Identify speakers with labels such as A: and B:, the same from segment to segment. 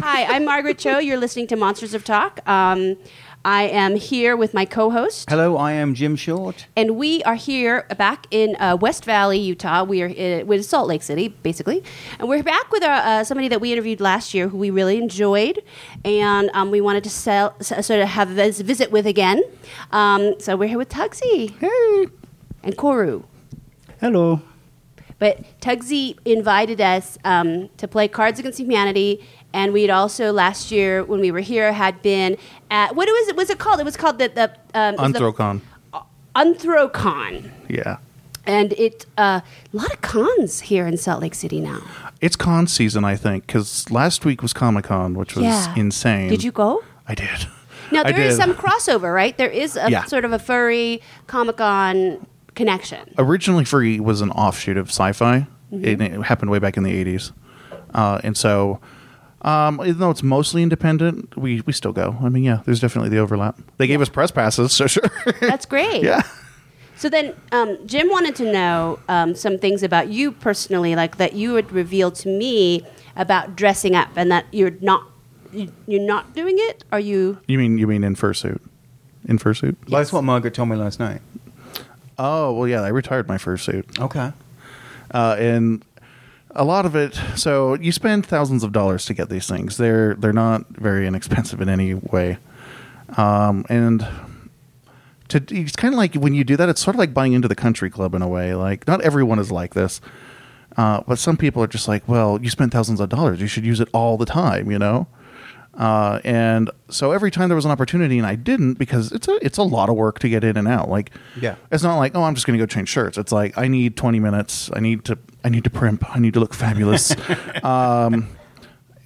A: Hi, I'm Margaret Cho. You're listening to Monsters of Talk. Um, I am here with my co host,
B: Hello, I am Jim Short.
A: and we are here back in uh, West Valley, Utah. We are uh, in, with Salt Lake City, basically. And we're back with our, uh, somebody that we interviewed last year who we really enjoyed, and um, we wanted to sell, s- uh, sort of have this visit with again. Um, so we're here with Tugsy
B: Hey.
A: and Koru.
C: Hello.
A: But Tugsy invited us um, to play Cards Against Humanity, and we had also last year when we were here had been at what was it? Was it called? It was called the the um, it was the-
C: Anthrocon.
A: Anthrocon,
C: Yeah.
A: and it uh, a lot of cons here in Salt Lake City now.
C: It's con season, I think, because last week was Comic Con, which was
A: Yeah.
C: insane.
A: Did you go?
C: I did.
A: Now
C: I
A: there is
C: did.
A: some crossover, right? There is a
C: Yeah.
A: sort of a furry Comic Con connection.
C: Originally, Free was an offshoot of sci fi.
A: Mm-hmm.
C: It, it happened way back in the 80s. Uh, and so, um, even though it's mostly independent, we, we still go. I mean, yeah, there's definitely the overlap. They gave us press passes, so sure.
A: That's great.
C: yeah.
A: So then, um, Jim wanted to know um, some things about you personally, like that you would reveal to me about dressing up, and that you're not you- you're not doing it. Are you?
C: You mean you mean in fursuit? In fursuit?
B: Well, That's what Margaret told me last night.
C: Oh, well, yeah, I retired my fursuit.
B: Okay.
C: uh, and a lot of it. So you spend thousands of dollars to get these things. They're they're not very inexpensive in any way, um, and to it's kind of like when you do that, it's sort of like buying into the country club in a way. Like not everyone is like this, uh, but some people are just like, well, you spent thousands of dollars, you should use it all the time, you know. Uh, and so every time there was an opportunity and I didn't because it's a it's a lot of work to get in and out. Like
B: Yeah.
C: it's not like oh I'm just gonna go change shirts. It's like I need 20 minutes. I need to I need to primp. I need to look fabulous. um,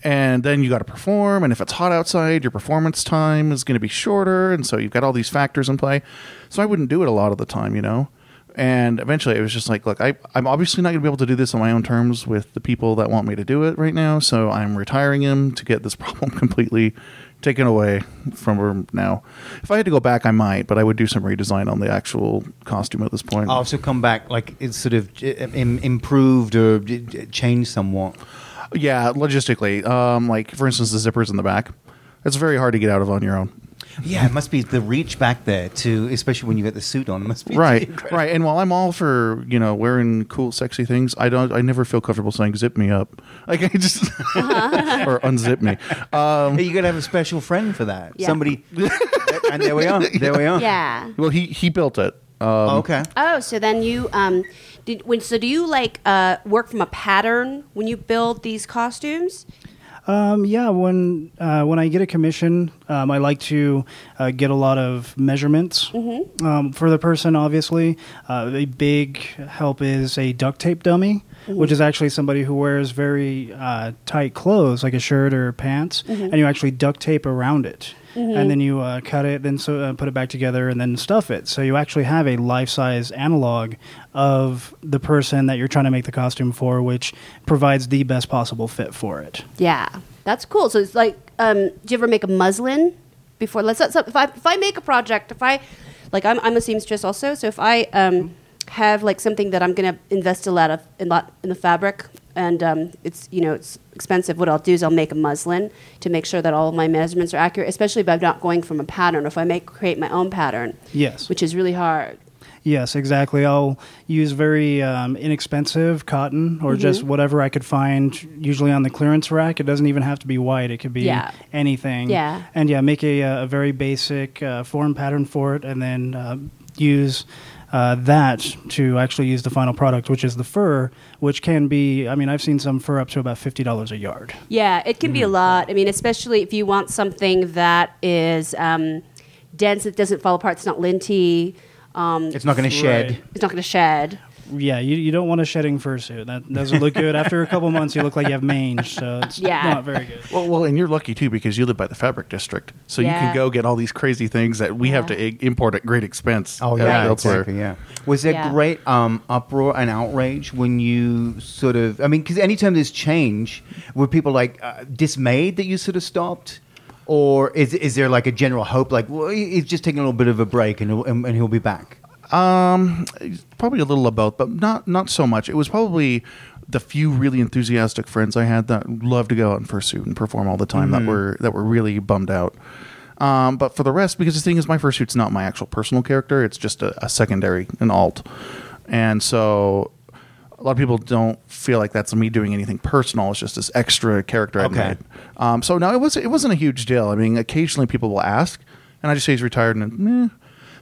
C: and then you got to perform. And if it's hot outside, your performance time is going to be shorter. And so you've got all these factors in play. So I wouldn't do it a lot of the time, you know? And eventually it was just like, look, I, I'm obviously not going to be able to do this on my own terms with the people that want me to do it right now. So I'm retiring him to get this problem completely taken away from him now. If I had to go back, I might, but I would do some redesign on the actual costume at this point.
B: I'll also come back, like, it's sort of uh, im- improved or d- d- changed somewhat.
C: Yeah, logistically. Um, like, for instance, the zippers in the back. It's very hard to get out of on your own.
B: Yeah, it must be the reach back there, to, especially when you get the suit on. It must be
C: right
B: incredible.
C: right and while i'm all for you know wearing cool sexy things i don't i never feel comfortable saying zip me up like i just
A: Uh-huh.
C: or unzip me um
B: You're going to have a special friend for that.
A: Yeah.
B: Somebody. and there we are. There we are.
A: Yeah.
C: well he he built it um
B: Oh, okay.
A: Oh, so then you um, did when? So do you like uh, work from a pattern when you build these costumes?
D: Um, yeah, when uh, when I get a commission, um, I like to uh, get a lot of measurements um, for the person. Obviously, uh, a big help is a duct tape dummy, which is actually somebody who wears very uh, tight clothes, like a shirt or pants, and you actually duct tape around it. And then you uh, cut it, then so, uh, put it back together, and then stuff it. So you actually have a life-size analog of the person that you're trying to make the costume for, which provides the best possible fit for it.
A: Yeah, that's cool. So it's like, um, do you ever make a muslin before? Let's not. so If I if I make a project, if I like, I'm I'm a seamstress also. So if I um, have like something that I'm gonna invest a lot of in lot in the fabric, and um, it's you know it's expensive. What I'll do is I'll make a muslin to make sure that all of my measurements are accurate, especially if I'm not going from a pattern. Or if I make create my own pattern,
D: Yes.
A: which is really hard.
D: Yes, exactly. I'll use very um, inexpensive cotton or
A: Mm-hmm.
D: just whatever I could find, usually on the clearance rack. It doesn't even have to be white, it could be
A: Yeah.
D: anything.
A: Yeah.
D: And yeah, make a, uh, a very basic uh, form pattern for it and then uh, use. Uh, that to actually use the final product, which is the fur, which can be, I mean, I've seen some fur up to about $50 a yard.
A: Yeah, it can be a
B: Mm.
A: lot. I mean, especially if you want something that is um, dense, it doesn't fall apart, it's not linty, um,
B: It's not going to shed.
A: it's not going to shed.
D: Yeah, you, you don't want a shedding fursuit. That doesn't look good. After a couple months, you look like you have mange, so it's
A: Yeah.
D: not very good.
C: well, well, and you're lucky too because you live by the fabric district, so you
A: Yeah.
C: can go get all these crazy things that we have
A: Yeah.
C: to i- import at great expense.
B: Oh
C: uh,
B: yeah,
C: elsewhere.
B: exactly. Yeah, was there
A: Yeah.
B: great um, uproar and outrage when you sort of? I mean, because anytime there's change, were people like uh, dismayed that you sort of stopped, or is is there like a general hope, like well, he- he's just taking a little bit of a break and he'll, and, and he'll be back?
C: Um, probably a little of both, but not not so much. It was probably the few really enthusiastic friends I had that loved to go out and fursuit and perform all the time that were that were really bummed out. Um, but for the rest, because the thing is, my fursuit's not my actual personal character; it's just a, a secondary, an alt, and so a lot of people don't feel like that's me doing anything personal. It's just this extra character I
B: Okay.
C: made. Um, so no, it was it wasn't a huge deal. I mean, occasionally people will ask, and I just say he's retired, and meh.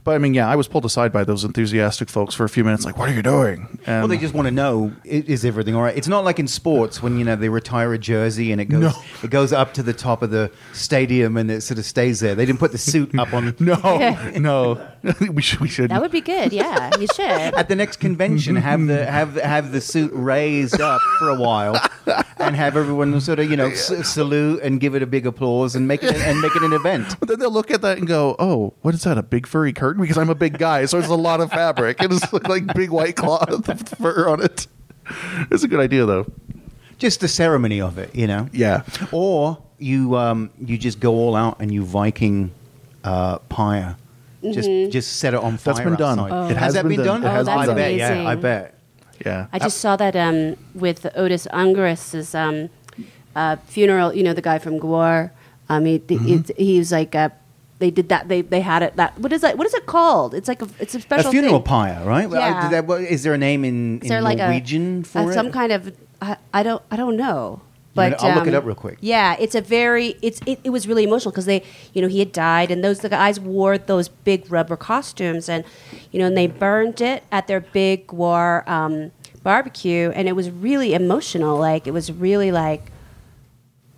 C: But I mean, yeah, I was pulled aside by those enthusiastic folks for a few minutes. Like, what are you doing? And
B: well, they just want to know i- is everything all right. It's not like in sports when you know they retire a jersey and it goes
C: No.
B: it goes up to the top of the stadium and it sort of stays there. They didn't put the suit up on
C: no, no, we should we should.
A: That would be good. Yeah, you should.
B: at the next convention have the have have the suit raised up for a while and have everyone sort of you know s- salute and give it a big applause and make it and make it an event.
C: But then they'll look at that and go, "Oh, what is that? A big furry curtain?" Because I'm a big guy, so it's a lot of fabric. It is like big white cloth with fur on it. It's a good idea, though.
B: Just the ceremony of it, you know.
C: Yeah.
B: Or you um, you just go all out and you Viking uh, pyre.
A: Mm-hmm.
B: Just just set it on fire.
C: That's been done.
B: outside.
C: Oh. It
B: has,
C: has
B: that
C: been
B: been, done?
C: done. It has
A: Oh, been that's
B: I bet.
A: amazing.
B: Yeah, I bet.
C: Yeah.
A: I just saw that um, with Otis Ungarus's um, uh, funeral. You know, the guy from Gwar. Um, he, the it's
B: Mm-hmm.
A: he was like, uh, they did that. They they had it. That what is that? What is it called? It's like a it's a special
B: A funeral
A: thing.
B: pyre, right? Well, I-
A: Yeah.
B: did that- what- Is there a name in,
A: Is there
B: in
A: like
B: Norwegian
A: a,
B: for
A: a-
B: it?
A: some kind of I, I don't I don't know.
B: wanna-
A: But
B: I'll look it
A: um,
B: up real quick.
A: Yeah, it's a very it's it, it was really emotional because they you know he had died and those the guys wore those big rubber costumes and you know and they burned it at their big war um, barbecue and it was really emotional like it was really like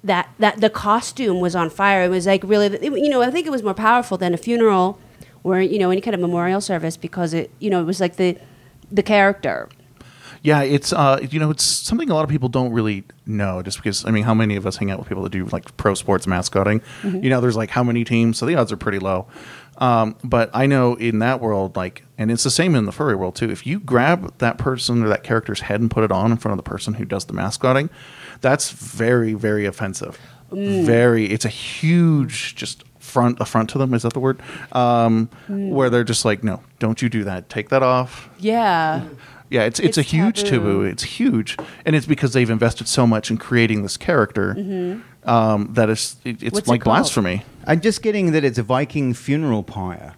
A: that that the costume was on fire. It was like really, it, you know, I think it was more powerful than a funeral or you know any kind of memorial service because it you know it was like the the character.
C: Yeah, it's uh, you know, it's something a lot of people don't really know, just because I mean, how many of us hang out with people that do like pro sports mascotting? You know, there's like how many teams, so the odds are pretty low. Um, but I know in that world, like, and it's the same in the furry world too. If you grab that person or that character's head and put it on in front of the person who does the mascotting, that's very, very offensive. Very, it's a huge just front affront to them. Is that the word? Um, Where they're just like, no, don't you do that. Take that off.
A: Yeah.
C: Yeah, it's
A: It's
C: it's, a huge
A: taboo.
C: taboo. It's huge, and it's because they've invested so much in creating this character um, that it's it, it's
A: Mm-hmm. What's it
C: like
A: called?
C: blasphemy.
B: I'm just getting that it's a Viking funeral pyre,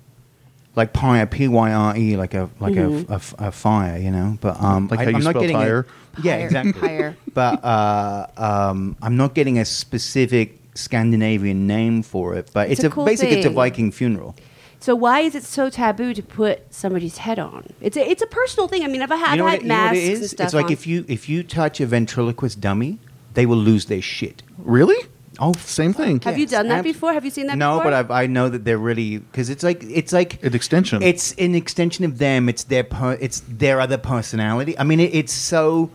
B: like pyre, p y r e, like a like a- a,
A: Mm-hmm.
B: f- a fire, you know. But um,
C: Like
B: I,
C: how you
B: am not
C: spell
B: getting a-
C: tire?
B: yeah,
A: Pyre,
B: exactly.
A: pyre.
B: But uh, um, I'm not getting a specific Scandinavian name for it. But
A: It's
B: it's,
A: a
B: a,
A: cool
B: basically it's a
A: thing.
B: Viking funeral.
A: So why is it so taboo to put somebody's head on? It's a, it's a personal thing. I mean, I've had,
B: you know
A: had
B: what, it- you know what
A: masks
B: it
A: and
B: is?
A: stuff.
B: It's like
A: on.
B: if you if you touch a ventriloquist dummy, they will lose their shit.
C: Really?
B: Oh,
C: Same thing.
A: Have you done that
B: abs-
A: before? Have you seen that?
B: no,
A: before?
B: but I've, I know that they're really because it's like it's like
C: An extension.
B: It's an extension of them. It's their per, it's their other personality. I mean, it, it's so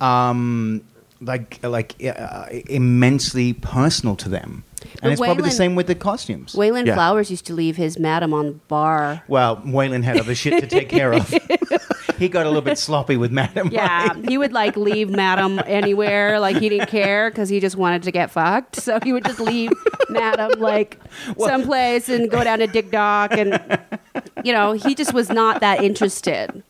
B: um, like like uh, immensely personal to them, and
A: But
B: it's probably the
A: Waylon-
B: same with the costumes.
A: Waylon
C: Yeah.
A: Flowers used to leave his madam on the bar.
B: well, Waylon had other shit to take care of. he got a little bit sloppy with Madam.
A: Yeah, he would like leave Madam anywhere, like he didn't care because he just wanted to get fucked. So he would just leave Madam like someplace and go down to Dick Dock, and you know he just was not that interested.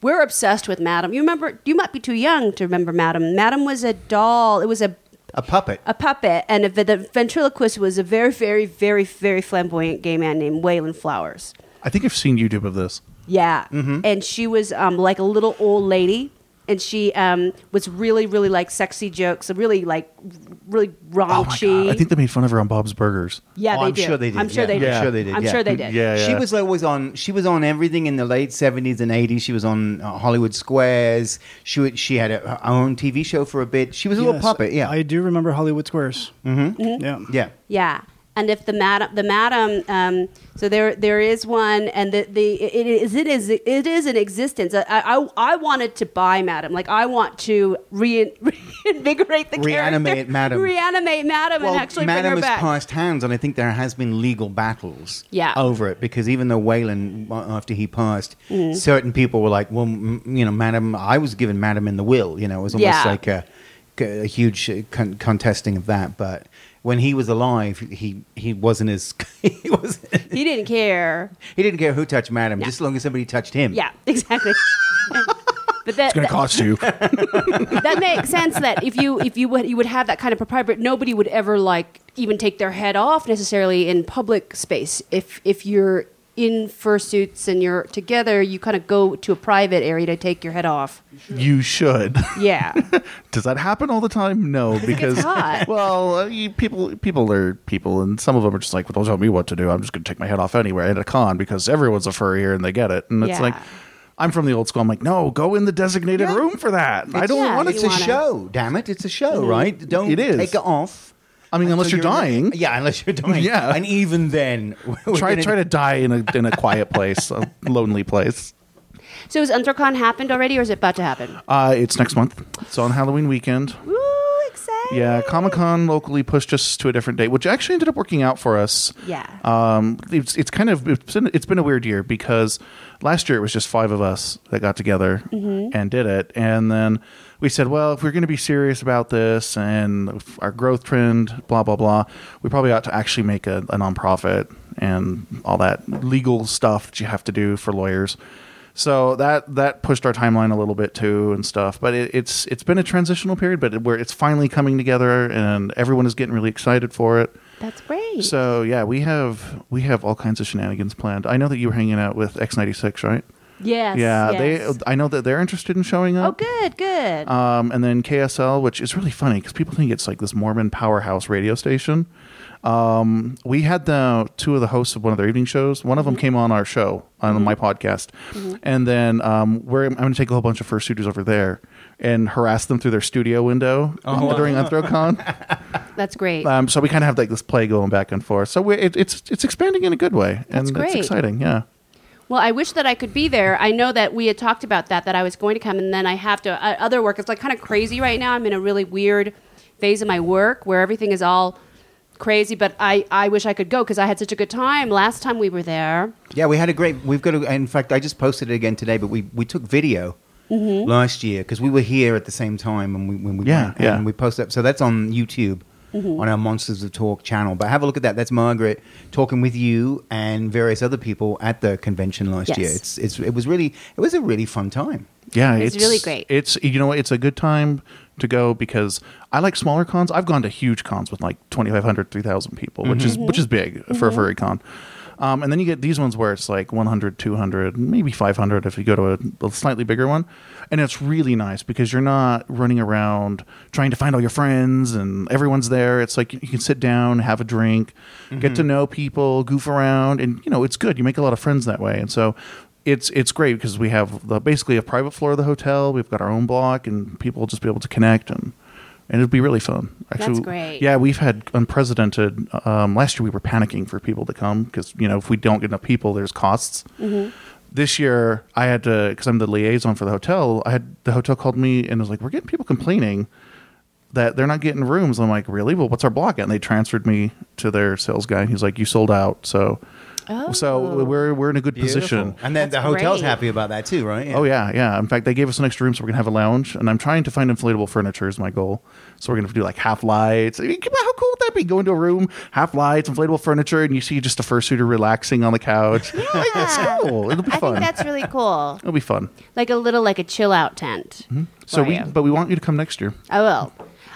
A: We're obsessed with Madam. You remember? You might be too young to remember Madam. Madam was a doll. It was a
B: a puppet.
A: a puppet, and a, the ventriloquist was a very, very, very, very flamboyant gay man named Waylon Flowers.
C: I think I've seen YouTube of this.
A: Yeah.
B: Mm-hmm.
A: And she was um, like a little old lady. And she um, was really, really like sexy jokes, really like really
C: Oh my god!
A: raunchy.
C: I think they made fun of her on Bob's Burgers.
A: yeah,
B: Oh,
A: they
B: I'm
A: do.
B: sure they did.
A: I'm sure
B: Yeah,
A: they
B: I'm
A: did.
B: sure they did,
A: I'm
B: yeah.
A: sure they did.
C: Yeah.
B: She was always on. She was on everything in the late seventies and eighties. She was on uh, Hollywood Squares. She would, she had a, her own TV show for a bit. She was a little
D: Yes,
B: puppet. Yeah,
D: I do remember Hollywood Squares. Mm-hmm. Yeah.
B: yeah.
A: Yeah. And if the madam, the madam, um, so there, there is one, and the, the it is, it is, it is in existence. I, I, I wanted to buy madam, like I want to rein, reinvigorate the
B: Reanimate
A: character,
B: Madam.
A: reanimate madam,
B: well,
A: and actually
B: Madam
A: bring her
B: has
A: back.
B: passed hands, and I think there has been legal battles
A: Yeah.
B: over it because even though Whalen, uh, after he passed,
A: Mm.
B: certain people were like, "Well, m- you know, Madam, I was given Madam in the will." You know, it was almost
A: Yeah.
B: like a, a huge uh, con- contesting of that. But when he was alive, he he wasn't as he was
A: he didn't care.
B: he didn't care who touched Madam,
A: Yeah.
B: just as long as somebody touched him.
A: Yeah, exactly. But that,
C: It's going to cost you.
A: that, that makes sense that if you if you would you would have that kind of propriety, but nobody would ever like even take their head off necessarily in public space. If if you're in fursuits and you're together, you kind of go to a private area to take your head off.
C: you should.
A: Yeah.
C: Does that happen all the time? No, because
A: hot.
C: well, uh, you, people people are people, and some of them are just like, "Well, don't tell me what to do. I'm just going to take my head off anywhere at a con because everyone's a furry here and they get it." And it's
A: Yeah.
C: like, I'm from the old school. I'm like, no, go in the designated
B: Yeah.
C: room for that. I don't
A: Yeah,
C: want it
B: it's
A: you
B: a
A: wanna- Mm-hmm.
B: show. Damn it, it's a show, right? Don't
C: It is.
B: take it off.
C: I mean, unless
B: until
C: you're
B: in a-
C: dying.
B: yeah, unless you're dying.
C: Yeah.
B: and even then, we're
C: try
B: gonna-
C: try to die in a in a quiet place, a lonely place.
A: So has Undercon happened already, or is it about to happen?
C: Uh, it's next month. It's on Halloween weekend.
A: Woo! Exciting.
C: Yeah, Comic Con locally pushed us to a different date, which actually ended up working out for us.
A: Yeah.
C: Um, it's it's kind of it's been, it's been a weird year because last year it was just five of us that got together and did it, and then we said, well, if we're going to be serious about this and f- our growth trend, blah blah blah, we probably ought to actually make a, a nonprofit and all that legal stuff that you have to do for lawyers. So that that pushed our timeline a little bit too and stuff. But it, it's it's been a transitional period, but it, where it's finally coming together and everyone is getting really excited for it.
A: That's great.
C: So yeah, we have we have all kinds of shenanigans planned. I know that you were hanging out with X ninety six, right?
A: yes.
C: yeah,
A: yes.
C: they. Oh, I know that they're interested in showing
A: Oh,
C: up.
A: good, good.
C: Um, and then KSL, which is really funny because people think it's like this Mormon powerhouse radio station. Um, we had the two of the hosts of one of their evening shows. One of
A: Mm-hmm.
C: them came on our show on my podcast, and then um, we're, I'm going to take a whole bunch of fursuiters over there and harass them through their studio window during UnthroCon.
A: That's great.
C: um, so we kind of have like this play going back and forth. So we, it, it's it's expanding in a good way,
A: That's
C: and
A: great.
C: it's exciting. Yeah.
A: Well, I wish that I could be there. I know that we had talked about that, that I was going to come, and then I have to. Uh, other work, it's like kind of crazy right now. I'm in a really weird phase of my work where everything is all crazy, but I, I wish I could go because I had such a good time last time we were there.
B: Yeah, we had a great. We've got. A, in fact, I just posted it again today, but we we took video
A: Mm-hmm.
B: last year because we were here at the same time and we when we
C: Yeah,
B: went,
C: yeah.
B: and we posted up. So that's on YouTube.
A: Mm-hmm.
B: On our Monsters of Talk channel, but have a look at that. That's Margaret talking with you and various other people at the convention last
A: Yes.
B: year. It's, it's it was really it was a really fun time.
C: Yeah,
A: It's really great.
C: It's you know what, it's a good time to go because I like smaller cons. I've gone to huge cons with like 2,500, 3,000 people, which
A: Mm-hmm.
C: is which is big for a furry con. Um, and then you get these ones where it's like 100, 200, maybe 500 if you go to a, a slightly bigger one. And it's really nice because you're not running around trying to find all your friends and everyone's there. It's like you can sit down, have a drink, get to know people, goof around. And, you know, it's good. You make a lot of friends that way. And so it's it's great because we have the, basically a private floor of the hotel. We've got our own block, and people will just be able to connect and and it'd be really fun. Actually,
A: great.
C: Yeah, we've had unprecedented. Um, last year we were panicking for people to come because you know if we don't get enough people, there's costs. This year I had to because I'm the liaison for the hotel. I had the hotel called me and was like, "We're getting people complaining." That they're not getting rooms. I'm like, really? Well, what's our block at? And they transferred me to their sales guy. He's like, you sold out. So, so we're we're in a good position.
B: and then the hotel's
A: great.
B: happy about that too, right?
C: Oh yeah, yeah. In fact, they gave us an extra room, so we're gonna have a lounge. And I'm trying to find inflatable furniture is my goal. So we're gonna do like half lights. I mean, come on, how cool would that be? Go into a room, half lights, inflatable furniture, and you see just a fursuiter relaxing on the couch. Yeah.
A: Oh, Yeah.
C: cool. It'll be
A: I
C: fun.
A: think that's really cool.
C: It'll be fun.
A: Like a little, like a chill out tent.
C: Mm-hmm. So
A: for
C: we,
A: you.
C: but we want you to come next year. Oh
A: I will.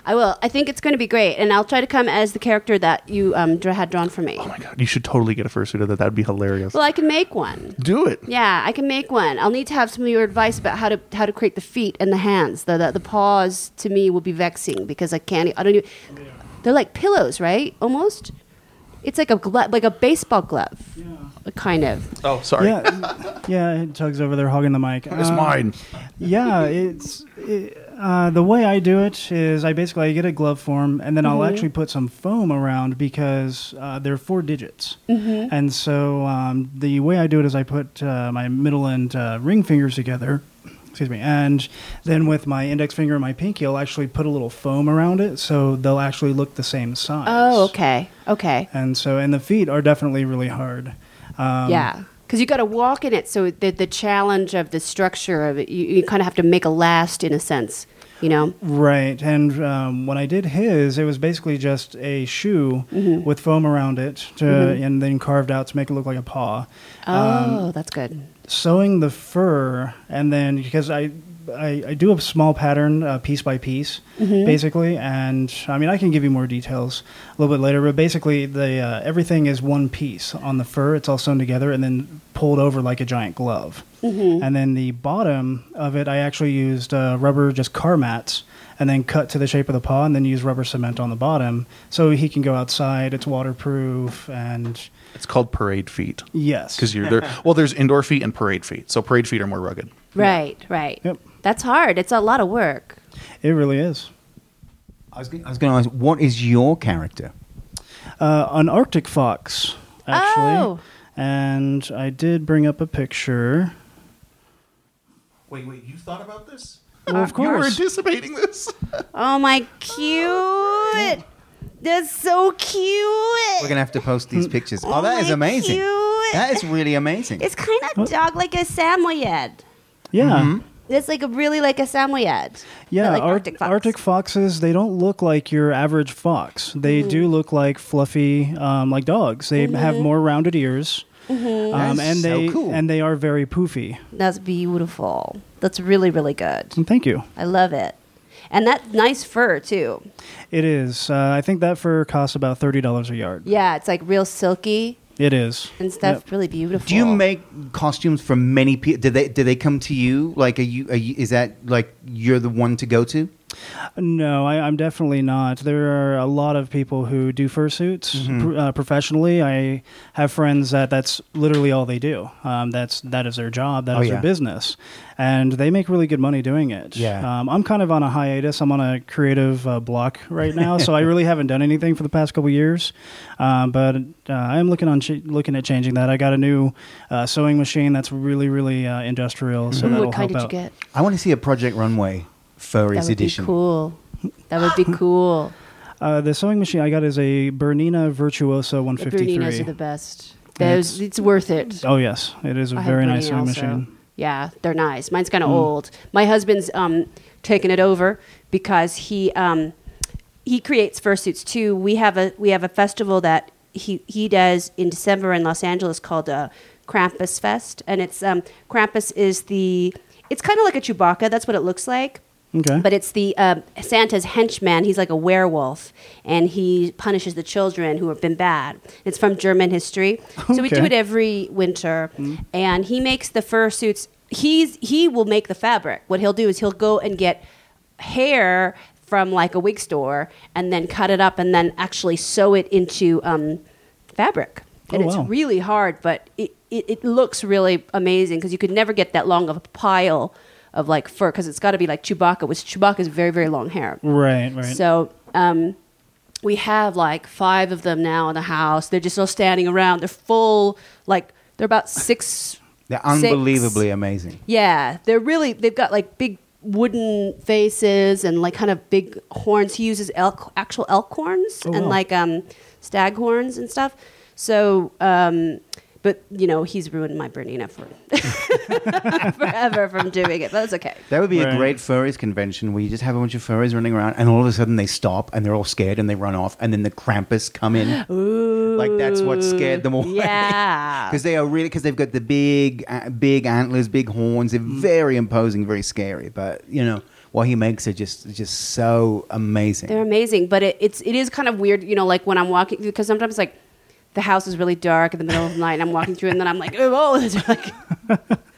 A: I will. I think it's going to be great, and I'll try to come as the character that you um, dra- had drawn for me.
C: Oh my god, you should totally get a fursuiter. That that'd be hilarious.
A: Well, I can make one.
C: do it.
A: Yeah, I can make one. I'll need to have some of your advice about how to how to create the feet and the hands. The the, the paws to me will be vexing because I can't. e, I don't even. They're like pillows, right? Almost. It's like a glove, like a baseball glove, kind of.
C: Oh, sorry.
D: Yeah, yeah. it Tugs over there hogging the mic.
C: It's
D: Um,
C: mine.
D: yeah, it's it, uh, the way I do it is I basically I get a glove form and then I'll actually put some foam around because uh, they're four digits, and so um, the way I do it is I put uh, my middle and uh, ring fingers together. Excuse me, and then with my index finger and my pinky, I'll actually put a little foam around it, so they'll actually look the same size.
A: Oh, okay, okay,
D: And so, and the feet are definitely really hard. Um,
A: yeah. Because you got to walk in it, so the the challenge of the structure of it, you, you kind of have to make a last in a sense, you know.
D: Right, and um, when I did his, it was basically just a shoe with foam around it, to, and then carved out to make it look like a paw. Um,
A: Oh, that's good.
D: Sewing the fur, and then because I I, I do a small pattern uh, piece by piece, basically, and I mean I can give you more details a little bit later. But basically, the uh, everything is one piece on the fur. It's all sewn together and then pulled over like a giant glove. And then the bottom of it, I actually used uh, rubber just car mats and then cut to the shape of the paw and then use rubber cement on the bottom so he can go outside. It's waterproof and
C: It's called parade feet
D: yes,
C: because you're there. Well, there's indoor feet and parade feet. So parade feet are more rugged.
A: Right, right.
D: Yep.
A: That's hard. It's a lot of work.
D: it really is.
B: I was, gonna- I was going to ask, what is your character?
D: uh, an Arctic fox, actually.
A: Oh.
D: And I did bring up a picture.
C: Wait, wait, you thought about this?
B: Ah,
D: Well, of
C: You were
D: course.
C: anticipating this.
A: Oh my cute. That's so cute.
B: We're going to have to post these pictures.
A: Oh
B: Oh, that is
A: my
B: amazing.
A: cute.
B: That is really amazing.
A: it's kind of dog like a Samoyed.
D: yeah.
B: Mm-hmm.
A: It's like a really like a Samoyed.
D: Yeah,
A: But like
D: Ar-
A: Arctic fox.
D: foxes, they don't look like your average fox. They
A: Mm-hmm.
D: do look like fluffy, um, like dogs. They have more rounded ears. Um,
A: Mm-hmm.
B: That's
D: and
B: so
D: they
B: cool.
D: and they are very poofy.
A: That's beautiful. That's really really good.
D: And thank you.
A: I love it. And that nice fur too.
D: It is. Uh, I think that fur costs about thirty dollars a yard.
A: Yeah, it's like real silky
D: It is.
A: and stuff.
D: Yep.
A: Really beautiful.
B: Do you make costumes for many people? Do they do they come to you? Like, are you, are you is that like you're the one to go to?
D: No, I, I'm definitely not. There are a lot of people who do fursuits
B: Mm-hmm.
D: pr- uh, professionally. I have friends that that's literally all they do. Um, that's that is their job. That is
B: Oh,
D: their
B: yeah.
D: business, and they make really good money doing it.
B: Yeah.
D: Um, I'm kind of on a hiatus. I'm on a creative uh, block right now, so I really haven't done anything for the past couple years. Um, but uh, I'm looking on ch- looking at changing that. I got a new uh, sewing machine that's really really uh, industrial,
B: Mm-hmm.
D: so
A: Ooh,
D: that'll
A: what kind
D: help
A: did you
D: out.
A: get?
B: I want to see a Project Runway
A: That
B: furries
A: would
B: edition.
A: be cool. That would be cool.
D: Uh, the sewing machine I got is a Bernina Virtuosa
A: The
D: 153.
A: Brudinos are the best.
D: It's-
A: Those, it's worth it.
D: Oh yes, it is a
A: I have
D: very
A: Bruni
D: nice sewing
A: also.
D: machine. Hmm.
A: Yeah, they're nice. Mine's kind of old. My husband's um, taking it over because he um, he creates fursuits too. We have a we have a festival that he he does in December in Los Angeles called uh, Krampus Fest, and it's um, Krampus is the it's kind of like a Chewbacca. That's what it looks like.
D: Okay.
A: But it's the uh, Santa's henchman. He's like a werewolf, and he punishes the children who have been bad. It's from German history, so we do
D: Okay. Mm-hmm.
A: it every winter, and he makes the fursuits. He's he will make the fabric. What he'll do is he'll go and get hair from like a wig store, and then cut it up, and then actually sew it into um, fabric. And
D: Oh,
A: it's
D: wow.
A: really hard, but it, it, it looks really amazing because you could never get that long of a pile of like fur because it's got to be like Chewbacca, which Chewbacca's very, very long hair.
D: Right, right.
A: So um, we have like five of them now in the house. They're just all standing around. They're full, like, they're about six.
B: They're
A: six-
B: unbelievably amazing.
A: yeah, they're really they've got like big wooden faces and like kind of big horns. He uses elk actual elk horns
D: Oh,
A: and
D: wow.
A: like um stag horns and stuff. So um but you know, he's ruined my Bernina for forever from doing it. But it's okay.
B: That would be
D: Right.
B: a great furries convention where you just have a bunch of furries running around, and all of a sudden they stop and they're all scared and they run off, and then the Krampus come in. Like that's what scared them all.
A: Yeah.
B: Because they are really because they've got the big, uh, big antlers, big horns. They're
A: Mm.
B: very imposing, very scary. But you know what he makes are just just so amazing.
A: They're amazing, but it, it's it is kind of weird, you know, like when I'm walking because sometimes like the house is really dark in the middle of the night, and I'm walking through, and then I'm like, oh, there's like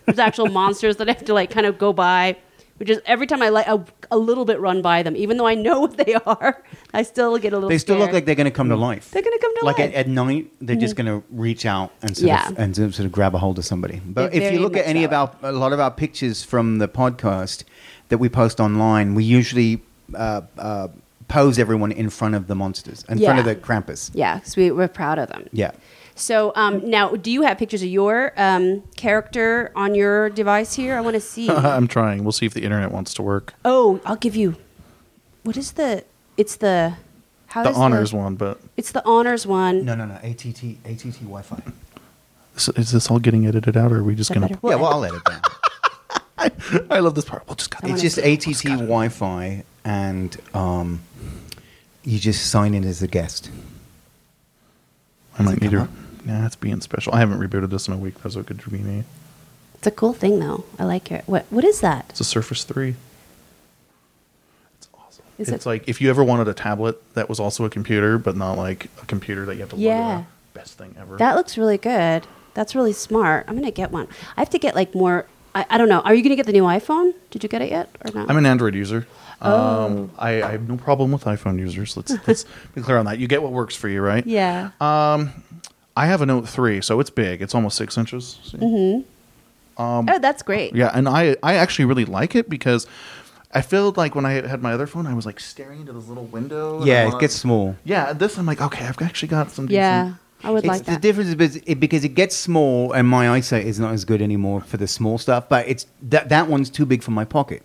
A: there's actual monsters that I have to like kind of go by. Which is every time I like a, a little bit run by them, even though I know what they are, I still get a little.
B: they still look
A: scared.
B: like they're going to come to life.
A: Mm. They're gonna come to
B: like
A: life. Mm-hmm.
B: At, at night, they're just going to reach out and sort
A: Yeah.
B: of and sort of- sort of grab a hold of somebody. But
A: They're
B: if
A: very
B: you look at
A: much
B: any
A: that
B: of our a lot of our pictures from the podcast that we post online, we usually uh, uh, pose everyone in front of the monsters, in front of
A: Yeah.
B: the Krampus.
A: yeah, 'cause we, we're proud of them.
B: Yeah.
A: So um, now, do you have pictures of your um, character on your device here? I want to see.
C: I'm trying. We'll see if the internet wants to work.
A: oh, I'll give you. What is the? It's the. How
C: the
A: does
C: honors one, but
A: It's the honors one.
B: No, no, no. ATT, ATT Wi-Fi.
C: is, is this all getting edited out, or are we just
A: Is that
C: gonna?
A: better?
B: Yeah, well, I'll edit that.
C: I love this part. We'll just cut.
A: wanna
B: it's just
A: see-
B: ATT Wi-Fi, and um, you just sign in as a guest.
C: I might
B: it
C: need
B: come
C: to.
B: up?
C: eh? Nah, it's being special. I haven't rebooted this in a week. That's what could be me.
A: It's a cool thing, though. I like it. What What is that?
C: It's a Surface 3. It's awesome.
A: Is
C: it's
A: it-
C: like if you ever wanted a tablet that was also a computer, but not like a computer that you have to look
A: Yeah.
C: at. Best thing ever.
A: That looks really good. That's really smart. I'm gonna get one. I have to get like more. I, I don't know. Are you gonna get the new iPhone? Did you get it yet or not?
C: I'm an Android user.
A: Oh.
C: Um, I, I have no problem with iPhone users. Let's, let's be clear on that. You get what works for you, right?
A: yeah.
C: Um, I have a Note 3, so it's big. It's almost six inches. See?
A: Mm-hmm. oh, that's great.
C: Yeah, and I I actually really like it because I feel like when I had my other phone, I was like staring into this little window. and I
B: Yeah, it
C: wanna-
B: gets small.
C: Yeah, this I'm like, okay, I've actually got some.
A: Yeah,
C: decent-
A: I would
B: It's
A: like
B: the
A: that.
B: difference is it, because it gets small, and my eyesight is not as good anymore for the small stuff. But it's that that one's too big for my pocket.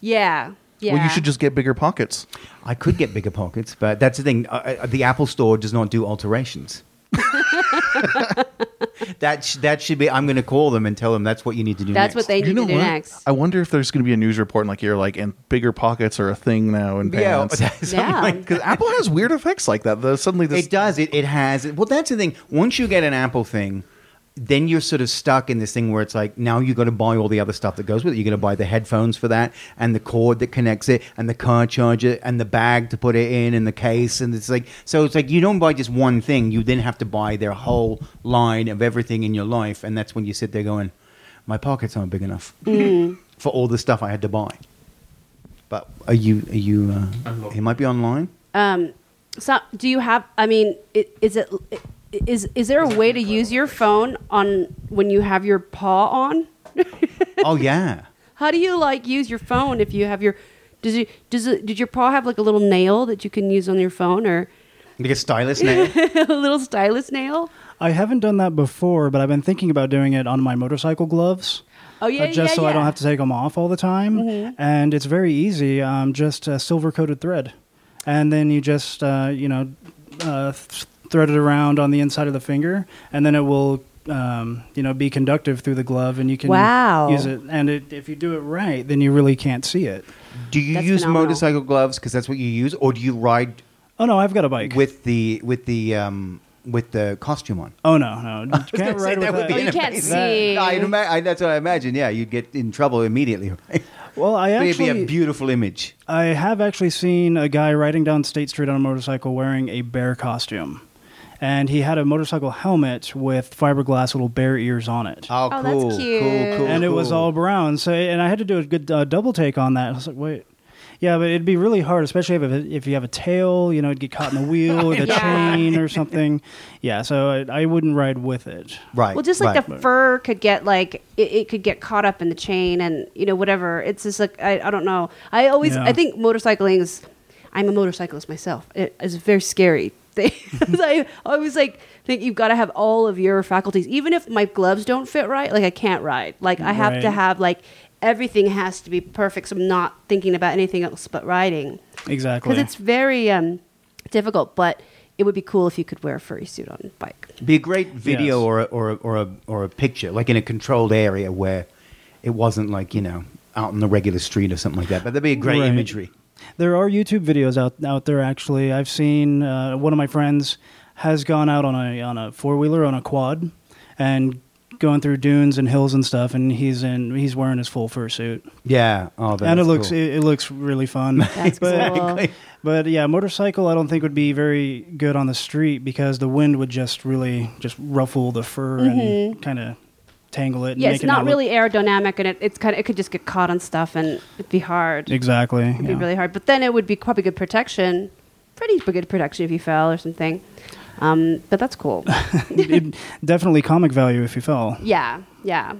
A: yeah. Yeah.
C: Well, you should just get bigger pockets.
B: I could get bigger pockets, but that's the thing. Uh, uh, the Apple Store does not do alterations. that sh- that should be. I'm going to call them and tell them that's what you need to do.
A: That's
B: next.
A: what they
C: you
A: need
C: know
A: to do
C: what?
A: next.
C: I wonder if there's going to be a news report like you're like, and bigger pockets are a thing now in
B: Yeah,
C: pants.
B: something
A: Yeah.
B: like
C: Because Apple has weird effects like that. The, suddenly this
B: It does. It, it has. Well, that's the thing. Once you get an Apple thing, then you're sort of stuck in this thing where it's like now you got to buy all the other stuff that goes with it. You're going to buy the headphones for that, and the cord that connects it, and the car charger, and the bag to put it in, and the case, and it's like so. It's like you don't buy just one thing. You then have to buy their whole line of everything in your life, and that's when you sit there going, "My pockets aren't big enough for all the stuff I had to buy." But are you? Are you? Uh, it might be online.
A: um, so do you have? I mean, i- is it is is there a way to use your phone on when you have your paw on?
B: oh yeah.
A: How do you like use your phone if you have your? Does you does it, did your paw have like a little nail that you can use on your phone or
B: Like a stylus now.
A: a little stylus nail?
D: I haven't done that before, but I've been thinking about doing it on my motorcycle gloves.
A: Oh yeah,
D: uh, just
A: yeah,
D: so
A: yeah. Mm-hmm.
D: I don't have to take them off all the time. And it's very easy. Um, just uh, silver coated thread, and then you just uh, you know uh, th- thread it around on the inside of the finger, and then it will um, you know be conductive through the glove, and you can
A: Wow.
D: use it. And it, if you do it right, then you really can't see it.
B: Do you
A: That's
B: use
A: phenomenal.
B: motorcycle gloves because that's what you use, or do you ride
D: Oh no, I've got a bike.
B: with the with the um, with the costume on?
D: oh no, no, you can't
B: gonna say
D: ride with
B: that would
D: that.
B: be
A: Oh, you
B: an
A: can't
B: amazing-
A: see.
B: I, ima- I- that's what I imagine. Yeah, you'd get in trouble immediately. Right?
D: Well, I
B: But
D: actually
B: It'd be a beautiful image.
D: I have actually seen a guy riding down State Street on a motorcycle wearing a bear costume. And he had a motorcycle helmet with fiberglass little bear ears on it.
B: Oh,
A: Oh, that's
B: cool, cool,
A: cute.
B: cool.
D: and it was
B: cool.
D: all brown. So, and I had to do a good uh, double take on that. I was like, wait. Yeah, but it'd be really hard, especially if, it, if you have a tail, you know, it'd get caught in the wheel with a
A: Yeah.
D: chain or something. Yeah, so I, I wouldn't ride with it.
B: right.
A: Well, just like
B: right.
A: the fur could get like it, it could get caught up in the chain and you know whatever. It's just like I, I don't know. I always
D: Yeah.
A: I think motorcycling is. I'm a motorcyclist myself. It is a very scary thing. so I always like think you've got to have all of your faculties, even if my gloves don't fit right. Like I can't ride. Like I have to
D: Right.
A: have like everything has to be perfect. So I'm not thinking about anything else but riding
D: Exactly.
A: because it's very um, difficult. But it would be cool if you could wear a furry suit on a bike.
B: be a great video
D: Yes.
B: or, a, or, a, or, a, or a picture, like in a controlled area where it wasn't like, you know, out on the regular street or something like that. But that'd be a great
D: Right.
B: imagery.
D: There are YouTube videos out out there. Actually, I've seen uh, one of my friends has gone out on a on a four wheeler on a quad and going through dunes and hills and stuff, and he's in he's wearing his full fursuit,
B: Yeah. Oh,
D: and it
B: that's
D: looks
B: cool.
D: it, it looks really fun.
A: That's
D: but,
A: cool.
D: but yeah, motorcycle I don't think would be very good on the street because the wind would just really just ruffle the fur and kind of tangle it. And
A: Mm-hmm. Yeah,
D: make
A: it's
D: it
A: not
D: look-
A: really aerodynamic, and it, it's kind of it could just get caught on stuff, and it'd be hard. It'd
D: exactly.
A: be
D: yeah.
A: really hard. But then it would be probably good protection, pretty good protection if you fell or something. Um, but that's cool.
D: It'd definitely comic value if you fell.
A: yeah, yeah.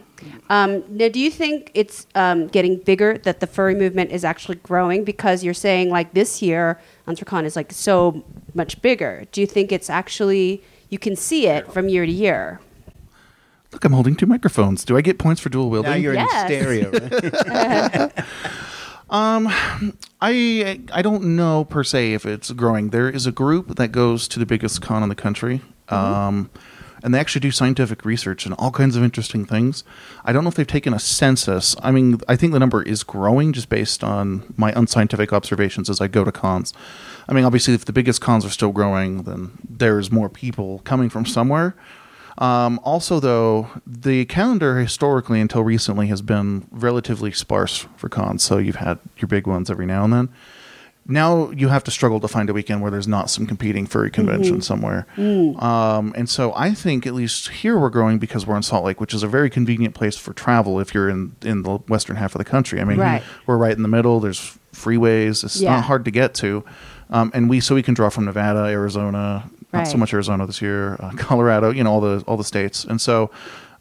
A: Um, now, do you think it's um, getting bigger that the furry movement is actually growing? Because you're saying like this year, Antracon is like so much bigger. Do you think it's actually you can see it from year to year?
C: Look, I'm holding two microphones. Do I get points for dual wielding?
B: Now you're
A: Yes.
B: in stereo. right?
C: I I don't know per se if it's growing. There is a group that goes to the biggest con in the country, um, and they actually do scientific research and all kinds of interesting things. I don't know if they've taken a census. I mean, I think the number is growing just based on my unscientific observations as I go to cons. I mean, obviously, if the biggest cons are still growing, then there's more people coming from somewhere. Um, also, though, the calendar historically until recently has been relatively sparse for cons. So you've had your big ones every now and then. Now you have to struggle to find a weekend where there's not some competing furry
A: Mm-hmm.
C: convention somewhere.
A: Mm.
C: Um, and so I think at least here we're growing because we're in Salt Lake, which is a very convenient place for travel if you're in, in the western half of the country. I mean,
A: Right.
C: we're right in the middle. There's freeways. It's
A: Yeah.
C: not hard to get to. Um, and we so we can draw from Nevada, Arizona, not so
A: Right.
C: much Arizona this year, uh, Colorado, you know, all the all the states. And so,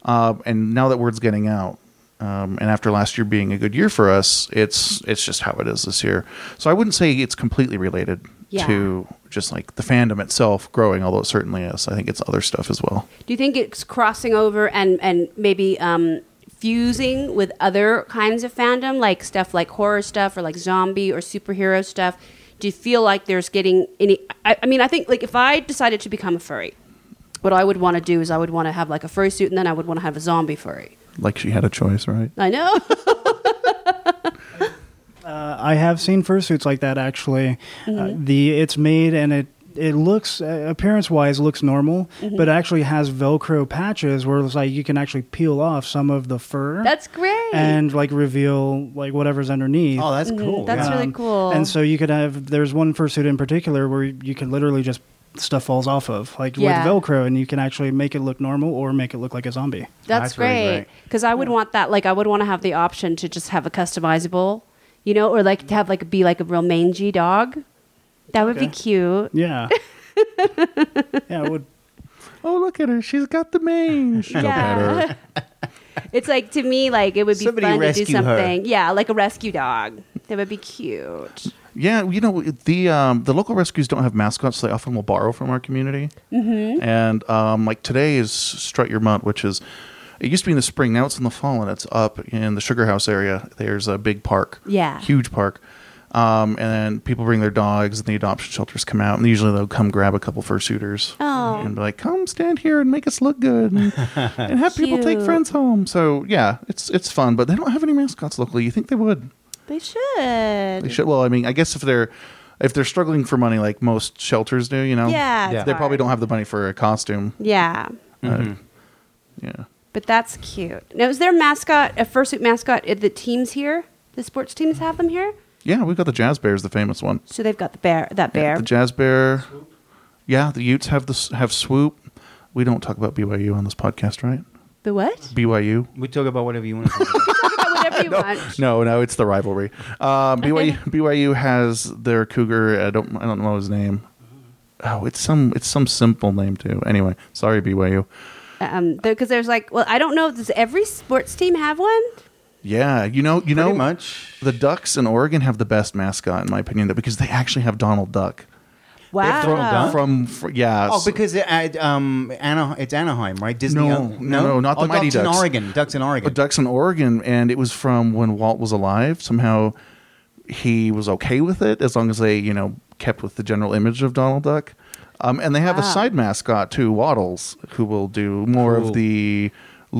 C: uh, and now that word's getting out, um, and after last year being a good year for us, it's it's just how it is this year. So I wouldn't say it's completely related
A: Yeah.
C: to just like the fandom itself growing, although it certainly is. I think it's other stuff as well.
A: Do you think it's crossing over and and maybe um, fusing with other kinds of fandom, like stuff like horror stuff or like zombie or superhero stuff? Do you feel like there's getting any? I, I mean, I think like if I decided to become a furry, what I would want to do is I would want to have like a furry suit, and then I would want to have a zombie furry.
C: Like she had a choice, right?
A: I know.
D: Uh, I have seen fursuits like that actually. Uh,
A: Mm-hmm.
D: the it's made and it it looks uh, appearance wise looks normal,
A: Mm-hmm.
D: but it actually has Velcro patches where it's like you can actually peel off some of the fur.
A: That's great.
D: And like reveal like whatever's underneath. Um,
B: Oh, that's cool.
A: that's
B: yeah.
A: really cool.
D: And so you could have there's one fursuit in particular where you can literally just stuff falls off of like
A: Yeah.
D: with Velcro, and you can actually make it look normal or make it look like a zombie.
A: That's,
B: That's really
A: great.
B: great.
A: Because I would want that. Like, I would want to have the option to just have a customizable, you know, or like to have like be like a real mangy dog. That would be
D: Okay.
A: cute.
D: Yeah. yeah, it would.
C: Oh, look at her. She's got the mange. She'll pet her.
A: It's like to me, like it would be
B: Somebody
A: fun to do
B: rescue her.
A: something. Yeah, like a rescue dog. That would be cute.
C: Yeah, you know the um, the local rescues don't have mascots, so they often will borrow from our community. Mm-hmm. And um, like today is Strut Your Mutt, which is it used to be in the spring, now it's in the fall, and it's up in the Sugar House area. There's a big park,
A: Yeah.
C: huge park. Um, and then people bring their dogs, and the adoption shelters come out, and usually they'll come grab a couple fursuiters
A: Oh.
C: and be like, "Come stand here and make us look good, and, and have people take
A: Cute.
C: friends home." So yeah, it's it's fun, but they don't have any mascots locally. You think they would?
A: They should.
C: They should. Well, I mean, I guess if they're if they're struggling for money, like most shelters do, you know,
A: Yeah.
B: Yeah.
A: it's
C: they probably
A: hard.
C: don't have the money for a costume. Uh,
A: Yeah.
C: Mm-hmm.
B: Mm-hmm.
C: Yeah,
A: But that's cute. Now, is there a mascot, a fursuit mascot at the teams here? The sports teams have them here?
C: yeah, we've got the Jazz Bears, the famous one.
A: So they've got the bear, that bear.
C: Yeah, the Jazz Bear. Yeah, the Utes have the s- have swoop. We don't talk about BYU on this podcast, right?
A: the what?
C: BYU.
B: We talk about whatever you want. to talk about.
A: Whatever you want.
C: No, no, it's the rivalry. Um, BYU BYU has their cougar. I don't I don't know his name. Oh, it's some it's some simple name too. Anyway, sorry BYU.
A: um because there's like well i don't know does every sports team have one
C: Yeah, you know, you know,
B: Pretty much.
C: the Ducks in Oregon have the best mascot in my opinion, though, because they actually have Donald Duck.
A: wow
B: thrown Huh? down?
C: From, fr yeah,
B: Oh,
C: so-
B: because it, at, um, Ana- it's Anaheim, right? Disney.
C: No,
B: uh,
C: no, no, not the
B: oh,
C: Mighty
B: Ducks
C: Ducks. Oh,
B: in Oregon. Ducks in
C: the
B: Oregon.
C: Ducks in Oregon, and it was from when Walt was alive. Somehow he was okay with it as long as they, you know, kept with the general image of Donald Duck. Um, and they have a
A: Wow.
C: side mascot too, Waddles, who will do more
B: Cool.
C: of the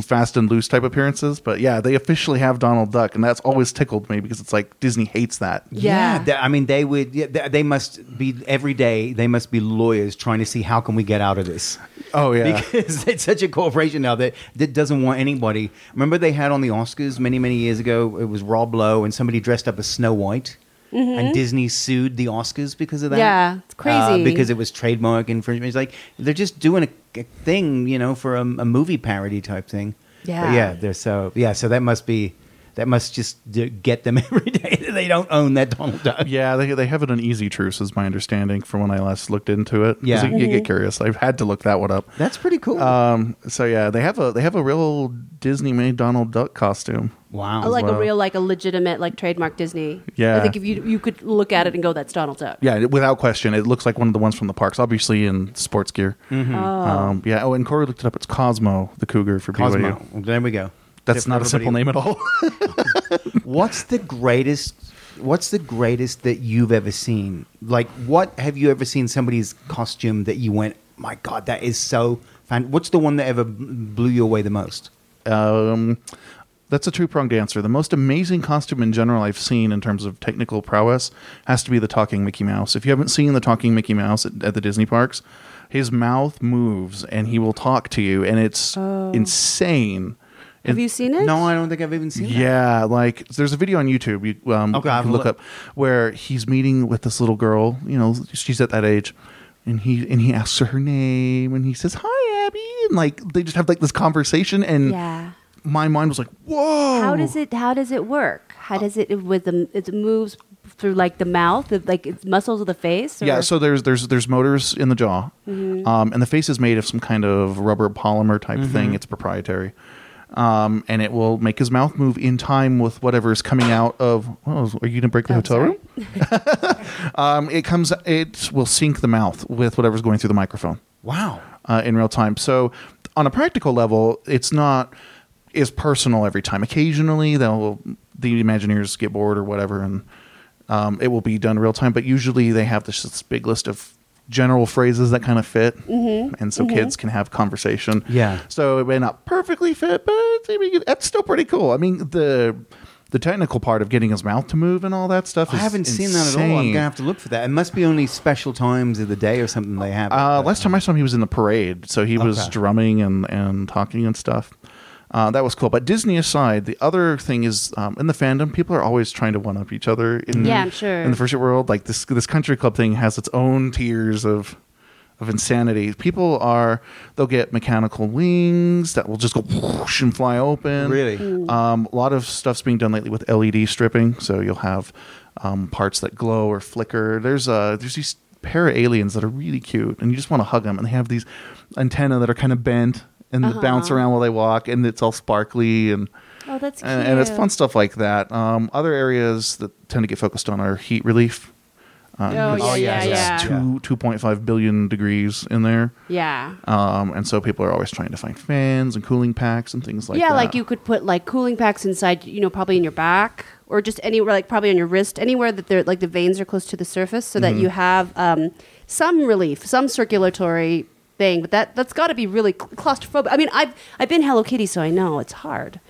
C: fast and loose type appearances. But yeah, they officially have Donald Duck, and that's always tickled me because it's like Disney hates that.
A: Yeah.
B: they- I mean, they would. Yeah, they, they must be every day. They must be lawyers trying to see how can we get out of this.
C: Oh yeah,
B: because it's such a corporation now that, that doesn't want anybody. Remember they had on the Oscars many many years ago. It was Rob Lowe and somebody dressed up as Snow White, and Disney sued the Oscars because of that.
A: Mm-hmm.
B: Uh,
A: Yeah, it's crazy.
B: because it was trademark infringement. It's like they're just doing a, a thing, you know, for a, a movie parody type thing.
A: Yeah.
B: but yeah. They're so yeah. So that must be that must just d- get them every day that they don't own that Donald Duck.
C: Yeah, they, they have it on Easy Truce, is my understanding from when I last looked into it. 'Cause
B: Yeah.
C: you, you get curious. I've had to look that one up.
B: That's pretty cool.
C: Um, so yeah, they have a they have a real Disney made Donald Duck costume.
B: wow.
A: Oh, like a
C: Wow.
A: real like a legitimate like trademark disney
C: Yeah.
A: i think if you you could look at it and go that's donald duck
C: Yeah, it- without question, it looks like one of the ones from the parks, obviously in sports gear.
A: oh
C: Um, yeah. Oh, and Corey looked it up. It's Cosmo the Cougar for
B: Cosmo.
C: BYU.
B: There we go.
C: That's
B: If
C: not a simple
B: everybody-
C: name at all.
B: What's the greatest? What's the greatest that you've ever seen? Like, what have you ever seen somebody's costume that you went, my god, that is so fan? What's the one that ever blew you away the most?
C: um, that's a two pronged answer. The most amazing costume in general I've seen in terms of technical prowess has to be the Talking Mickey Mouse. If you haven't seen the Talking Mickey Mouse at, at the Disney parks, His mouth moves and he will talk to you, and it's insane.
A: Oh. Have you seen it?
B: No, I don't think I've even seen. that.
C: Yeah, like there's a video on YouTube you, um,
B: Okay,
C: you
B: I'll
C: can look
B: look.
C: up where he's meeting with this little girl. You know, she's at that age, and he and he asks her her name, and he says, "Hi, Abby," and like they just have like this conversation, and
A: Yeah.
C: my mind was like, "Whoa!"
A: How does it? How does it work?
C: Uh,
A: How does it with the? It moves through like the mouth, the, like it's muscles of the face. Or?
C: Yeah, so there's there's there's motors in the jaw,
A: Mm-hmm.
C: um, and the face is made of some kind of rubber polymer type
B: Mm-hmm.
C: thing. It's proprietary, um, and it will make his mouth move in time with whatever is coming out of. Oh, are you gonna break the
A: Oh,
C: hotel
A: sorry.
C: room? Um, it comes. It will sync the mouth with whatever's going through the microphone
B: Wow.
C: uh, in real time. So, on a practical level, it's not as personal every time. Occasionally, they'll the Imagineers get bored or whatever, and um, it will be done real time. But usually, they have this, this big list of general phrases that kind of fit, and so kids can have conversation.
B: Yeah.
C: So it may not perfectly fit, but it's- I mean, that's still pretty cool. I mean the. The technical part of getting his mouth to move and all that stuff.
B: I
C: is
B: haven't seen that at all. I'm
C: insane.
B: gonna have to look for that. It must be only special times of the day or something they have. it,
C: Uh,
B: but-
C: last time I saw him, he was in the parade, so he was
B: Okay.
C: drumming and, and talking and stuff. Uh, that was cool. But Disney aside, the other thing is um, in the fandom, people are always trying to one up each other. In
A: Yeah,
C: the,
A: I'm sure.
C: In the friendship world, like this this country club thing has its own tiers of of insanity. People are they'll get mechanical wings that will just go whoosh and fly open.
B: Really?
C: Um, a lot of stuff's being done lately with LED stripping, so you'll have um, parts that glow or flicker. There's uh, there's these pair of aliens that are really cute, and you just want to hug them. And they have these antennae that are kind of bent and they bounce around while they walk, and it's all sparkly and
A: Oh, that's cute.
C: and, and it's fun stuff like that. Um, other areas that tend to get focused on are heat relief. Uh,
A: Oh,
C: because
A: yeah, yeah,
C: it's
A: yeah.
C: Two two point five billion degrees in there,
A: Yeah.
C: um, and so people are always trying to find fans and cooling packs and things like
A: yeah,
C: that.
A: like you could put like cooling packs inside, you know, probably in your back or just anywhere, like probably on your wrist, anywhere that they're like the veins are close to the surface, so
C: Mm-hmm.
A: that you have um, some relief, some circulatory thing. But that that's got to be really cla- claustrophobic. I mean, I've I've been Hello Kitty, so I know it's hard.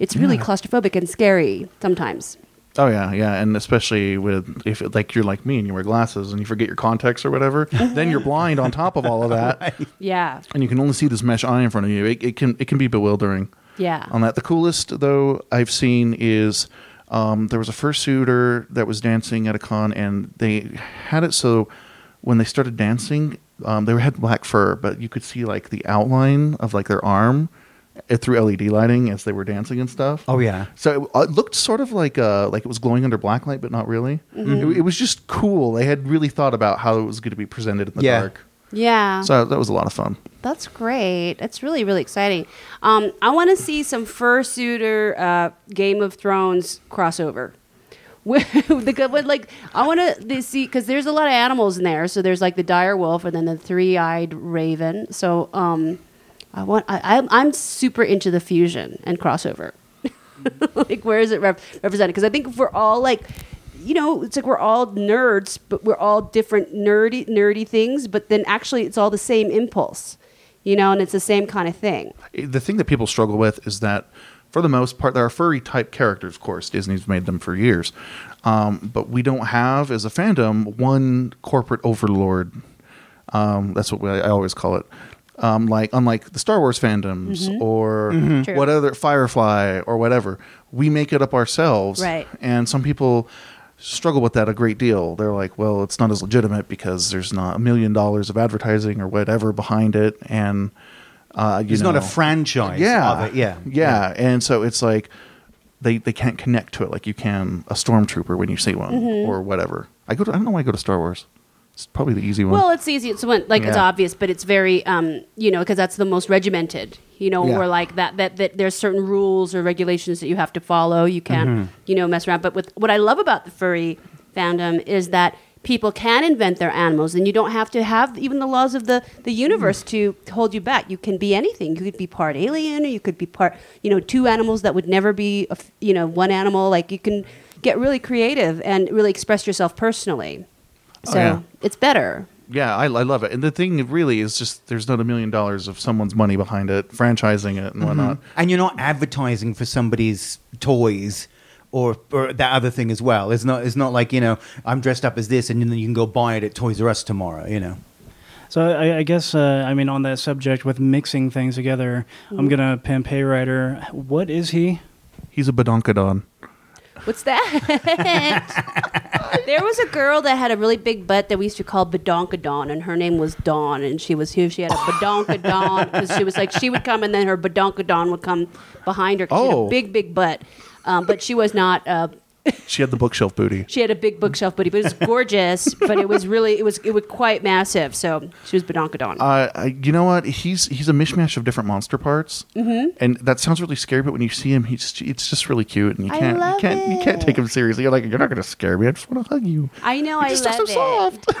A: It's really claustrophobic and scary sometimes.
C: Oh yeah, yeah, and especially with if like you're like me and you wear glasses and you forget your contacts or whatever, then you're blind on top of all of that,
A: Yeah,
C: and you can only see this mesh eye in front of you. It, it can it can be bewildering.
A: yeah.
C: On that, the coolest though I've seen is um, there was a fursuiter that was dancing at a con, and they had it so when they started dancing, um, they had black fur, but you could see like the outline of like their arm uh, through LED lighting as they were dancing and stuff.
B: Oh yeah.
C: So it, it looked sort of like uh, like it was glowing under blacklight, but not really. It, it was just cool. They had really thought about how it was going to be presented in the
B: Yeah.
C: dark.
A: yeah.
C: So that was a lot of fun.
A: That's great. That's really, really exciting. Um, I want to see some fursuiter uh, Game of Thrones crossover. With the good one, like I want to see because there's a lot of animals in there. So there's like the dire wolf and then the three eyed raven. So um, I want I, I'm I'm super into the fusion and crossover. like where is it rep- represented? Because I think if we're all like, you know, it's like we're all nerds, but we're all different nerdy nerdy things. But then actually, it's all the same impulse, you know, and it's the same kind of thing.
C: It- The thing that people struggle with is that, for the most part, there are furry type characters. Of course, Disney's made them for years, um, but we don't have as a fandom one corporate overlord. Um, that's what we, I always call it. Um, like unlike the Star Wars fandoms
B: Mm-hmm.
C: or
A: True.
C: what other Firefly or whatever, we make it up ourselves.
A: Right.
C: And some people struggle with that a great deal. They're like, well, it's not as legitimate because there's not a million dollars of advertising or whatever behind it, and uh, you
B: It's not a
C: know
B: franchise.
C: yeah.
B: Of it. Yeah.
C: yeah, And so it's like they they can't connect to it like you can a stormtrooper when you see one
A: Mm-hmm.
C: or whatever. I go to, I don't know why I go to Star Wars. It's probably the easy one.
A: Well, it's easy. It's one like it's
C: Yeah.
A: obvious, but it's very, um, you know, because that's the most regimented. You know,
C: Yeah.
A: where like that, that that there's certain rules or regulations that you have to follow. You can't,
C: Mm-hmm.
A: you know, mess around. But with what I love about the furry fandom is that people can invent their animals, and you don't have to have even the laws of the the universe
C: Mm.
A: to hold you back. You can be anything. You could be part alien, or you could be part, you know, two animals that would never be, a f- you know, one animal. Like you can get really creative and really express yourself personally.
C: Oh,
A: So
C: yeah.
A: it's better.
C: yeah, I, I love it. And the thing really is just there's not a million dollars of someone's money behind it, franchising it and
B: Mm-hmm.
C: whatnot.
B: And you're not advertising for somebody's toys or, or that other thing as well. It's not. It's not like you know I'm dressed up as this, and then you can go buy it at Toys R Us tomorrow. You know.
D: So I, I guess uh, I mean on that subject with mixing things together,
A: Mm-hmm.
D: I'm gonna pimp Hayrider. What is he?
C: He's a badonkadon.
A: What's that? there was a girl that had a really big butt that we used to call Badonkadon, and her name was Dawn, and she was huge. She had a Badonkadon because she was like she would come, and then her Badonkadon would come behind her. 'cause she had
C: Oh.
A: a big, big butt, um, but she was not. Uh,
C: She had the bookshelf booty.
A: she had a big bookshelf booty, but it was gorgeous. but it was really it was it was quite massive. So she was Badonkadon.
C: Uh, I, you know what? He's he's a mishmash of different monster parts, mm-hmm. and that sounds really scary. But when you see him, he's it's just really cute, and you
A: I
C: can't
A: love
C: you can't you can't
A: it.
C: take him seriously. You're like you're not gonna scare me. I just want to hug you.
A: I know.
C: You
A: I
C: just
A: love
C: are so
A: it.
C: soft.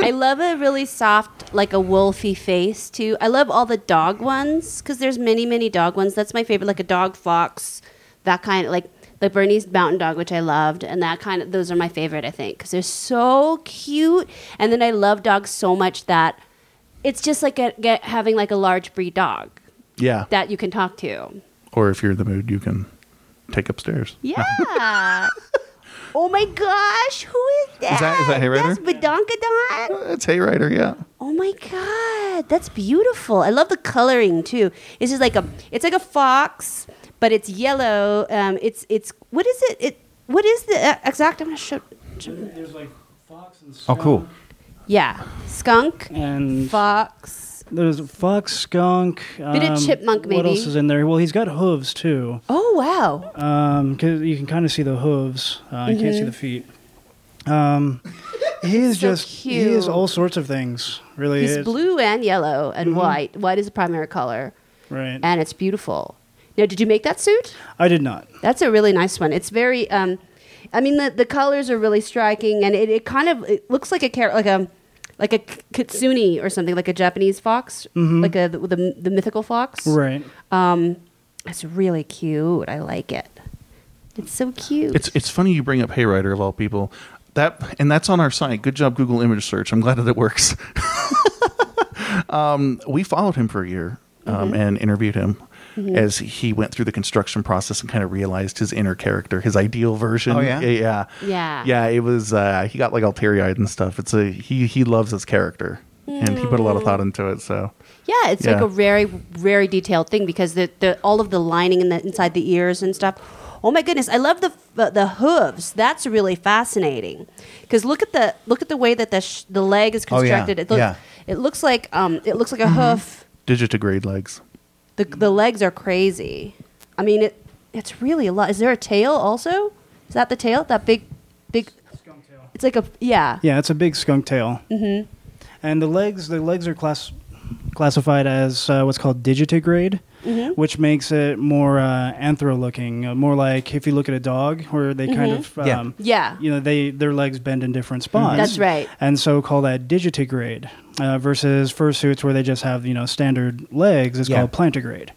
A: I love a really soft, like a wolfy face too. I love all the dog ones because there's many, many dog ones. That's my favorite, like a dog fox, that kind of like the Bernese Mountain Dog, which I loved, and that kind of those are my favorite. I think because they're so cute, and then I love dogs so much that it's just like a, get, having like a large breed dog
C: yeah.
A: that you can talk to.
C: or if you're in the mood, you can take upstairs.
A: Yeah. oh my gosh, who is that?
C: Is that- is that Hayrider?
A: That's Badonkadon.
C: Uh, It's Hayrider, yeah.
A: Oh my god, that's beautiful. I love the coloring too. It's just like a it's like a fox, but it's yellow. Um, it's it's what is it? It what is the uh, exact? I'm gonna show. show-
D: There's like fox and
B: Oh, cool.
A: Yeah, skunk,
D: And
A: fox.
D: there's fox, skunk, um,
A: Bit of chipmunk,
D: What
A: maybe.
D: else is in there? Well, he's got hooves too.
A: Oh wow,
D: Um, 'cause you can kind of see the hooves. Uh, You can't see the feet. Um, he
A: Mm-hmm.
D: is
A: So
D: just he is
A: cute.
D: all sorts of things. Really,
A: he's
D: It's-
A: blue and yellow and white. White is the primary color,
D: Right.
A: and it's beautiful. Now, did you make that suit?
D: I did not.
A: That's a really nice one. It's very, um, I mean, the, the colors are really striking, and it, it kind of it looks like a car- like a like a k- kitsune or something, like a Japanese fox, like a the, the, the mythical fox.
D: Right.
A: Um, it's really cute. I like it. It's so cute.
C: It's it's funny you bring up Hayrider of all people. That and that's on our site. Good job, Google Image Search. I'm glad that it works. um, we followed him for a year um,
A: Mm-hmm.
C: and interviewed him as he went through the construction process and kind of realized his inner character, his ideal version.
B: Oh, yeah?
C: yeah,
A: Yeah.
C: yeah. It was uh, he got like all teary eyed and stuff. It's a he he loves his character and he put a lot
A: Mm.
C: of thought into it. So
A: yeah, it's like
C: yeah.
A: a very very detailed thing because the, the all of the lining in the, inside the ears and stuff. Oh my goodness, I love the the, the hooves. That's really fascinating because look at the look at the way that the sh- the leg is
B: Oh, yeah.
A: constructed. It looks
B: Yeah. Mm-hmm.
A: it looks like um it looks like a hoof.
C: digitigrade legs.
A: The the legs are crazy. I mean it it's really a lot. Is there a tail also? Is that the tail? That big big. It's like a yeah.
D: Yeah, it's a big skunk tail. Mm-hmm. And the legs, the legs are class, classified as uh, what's called digitigrade,
A: Mm-hmm.
D: which makes it more uh, anthro-looking, uh, more like if you look at a dog, where they kind of,
B: Yeah.
D: um,
A: Mm-hmm. Yeah.
D: you know, they their legs bend in different spots.
A: That's right.
D: And so call that digitigrade uh, versus fursuits where they just have you know standard legs. It's
B: Yeah.
D: called plantigrade.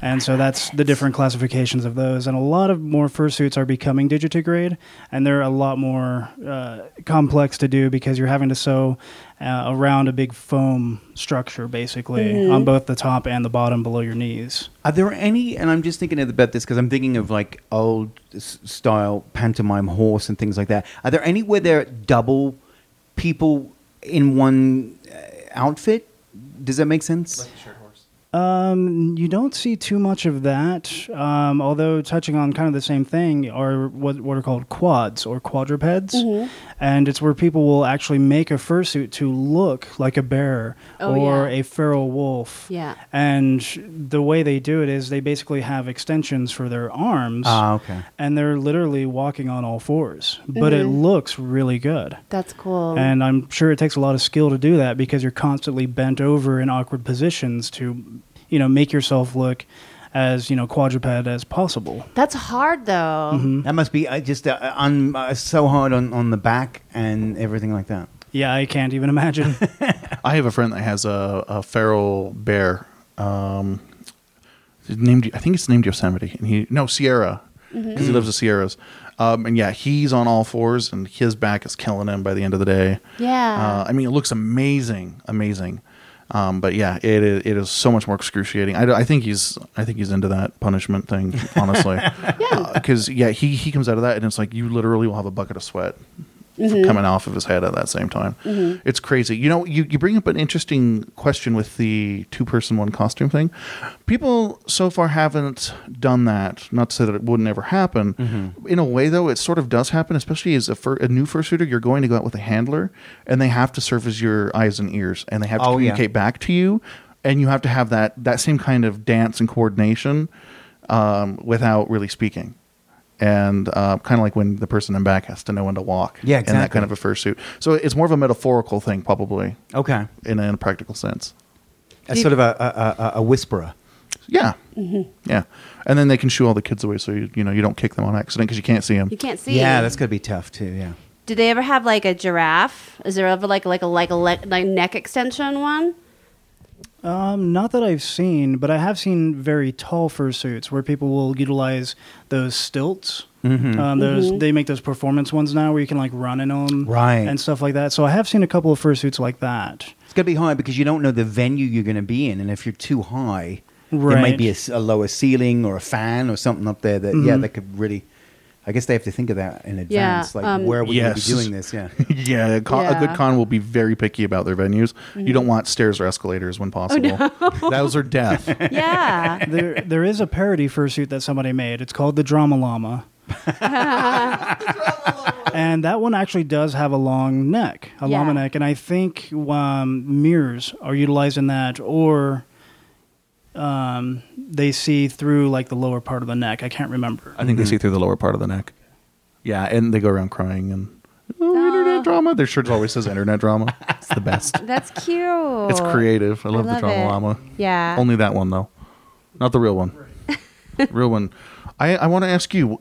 D: And so that's the different classifications of those. And a lot of more fursuits are becoming digitigrade, and they're a lot more uh, complex to do because you're having to sew uh, around a big foam structure, basically, on both the top and the bottom below your knees.
B: Are there any? And I'm just thinking about this because I'm thinking of like old s- style pantomime horse and things like that. Are there any where they're double people in one uh, outfit? Does that make sense?
D: Um, you don't see too much of that. Um, although touching on kind of the same thing are what what are called quads or quadrupeds,
A: Mm-hmm.
D: and it's where people will actually make a fursuit to look like a bear
A: Oh,
D: or
A: yeah.
D: a feral wolf.
A: Yeah.
D: And the way they do it is they basically have extensions for their arms,
B: Ah, okay.
D: and they're literally walking on all 4s But it
A: Mm-hmm.
D: looks really good.
A: That's cool.
D: And I'm sure it takes a lot of skill to do that because you're constantly bent over in awkward positions to, you know, make yourself look as, you know, quadruped as possible.
A: That's hard though.
B: That must be uh, just uh, un- uh, so hard on, on the back and everything like that.
D: Yeah, I can't even imagine.
C: I have a friend that has a, a feral bear. Um, it's named I think it's named Yosemite, and he no Sierra because
A: Mm-hmm.
C: he lives in Sierras. Um, and yeah, he's on all fours, and his back is killing him by the end of the day.
A: Yeah.
C: Uh, I mean, it looks amazing, amazing. Um, but yeah, it is, it is so much more excruciating. I, d- I think he's I think he's into that punishment thing, honestly. Uh,
A: Yeah.
C: Because yeah, he he comes out of that, and it's like you literally will have a bucket of sweat
B: Mm-hmm.
C: coming off of his head at that same time. It's crazy. You know, you, you bring up an interesting question with the two person, one costume thing. People so far haven't done that. Not to say that it would never happen.
B: Mm-hmm.
C: In a way, though, it sort of does happen, especially as a, fur, a new fursuiter, you're going to go out with a handler and they have to serve as your eyes and ears and they have to
B: Oh, yeah.
C: communicate back to you. And you have to have that, that same kind of dance and coordination um, without really speaking. And uh, kind of like when the person in back has to know when to walk.
B: Yeah,
C: And that
B: exactly.
C: kind of a fursuit. So it's more of a metaphorical thing, probably,
B: Okay.
C: in a, in a practical sense.
B: As sort of a, a, a, a whisperer.
C: Yeah.
A: Mm-hmm.
C: Yeah. And then they can shoo all the kids away so you, you know you don't kick them on accident because you can't see them.
A: You can't see.
B: Yeah, that's going to be tough too. Yeah.
A: Do they ever have like a giraffe? Is there ever like like a like a le- like neck extension one?
D: Um, not that I've seen, but I have seen very tall fursuits where people will utilize those stilts. Um, those they make those performance ones now where you can like run in them,
B: Right.
D: and stuff like that. So I have seen a couple of fursuits like that.
B: It's going to be hard because you don't know the venue you're going to be in, and if you're too high, there
D: Right.
B: might be a, s- a lower ceiling or a fan or something up there that
A: Mm-hmm.
B: yeah, that could really. I guess they have to think of that in advance. like
A: um,
B: where are we
C: Yes.
B: going to be doing this? Yeah.
C: yeah, a, con- a
A: Yeah. Mm-hmm.
C: good con will be very picky about their venues. You don't want stairs or escalators
A: Oh,
C: when possible. Those are death.
A: Yeah.
D: There, there is a parody fursuit that somebody made. It's called the Drama Llama. and that one actually does have a long neck, a
A: Yeah.
D: llama neck, and I think um, mirrors are utilized in that, or um, they see through like the lower part of the neck. I can't remember.
C: I think they see through the lower part of the neck. Yeah, and they go around crying and "Oh, internet drama. Their shirt always says internet drama. It's the best.
A: That's cute.
C: It's creative. I love,
A: Oh. love
C: the drama
A: it.
C: llama.
A: Yeah.
C: Only that one though, not the real one. real one. I I want to ask you.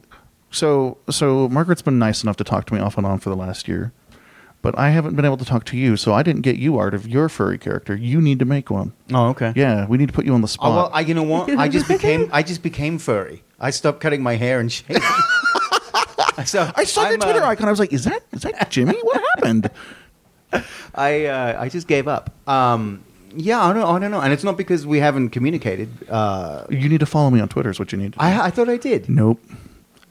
C: So so Margaret's been nice enough to talk to me off and on for the last year, but I haven't been able to talk to you. So I didn't get you art of your furry character. You need to make one.
B: Oh, okay.
C: Yeah, we need to put you on the spot.
B: Oh, well, I, you know what? I just became I just became furry. I stopped cutting my hair and shaving. so
C: I saw your
B: I'm, uh,
C: Twitter icon. I was like, "Is that is that Jimmy? What happened?"
B: I uh, I just gave up. Um, yeah, I don't I don't know, and it's not because we haven't communicated. Uh,
C: You need to follow me on Twitter. Is what you need. To do.
B: I I thought I did.
C: nope.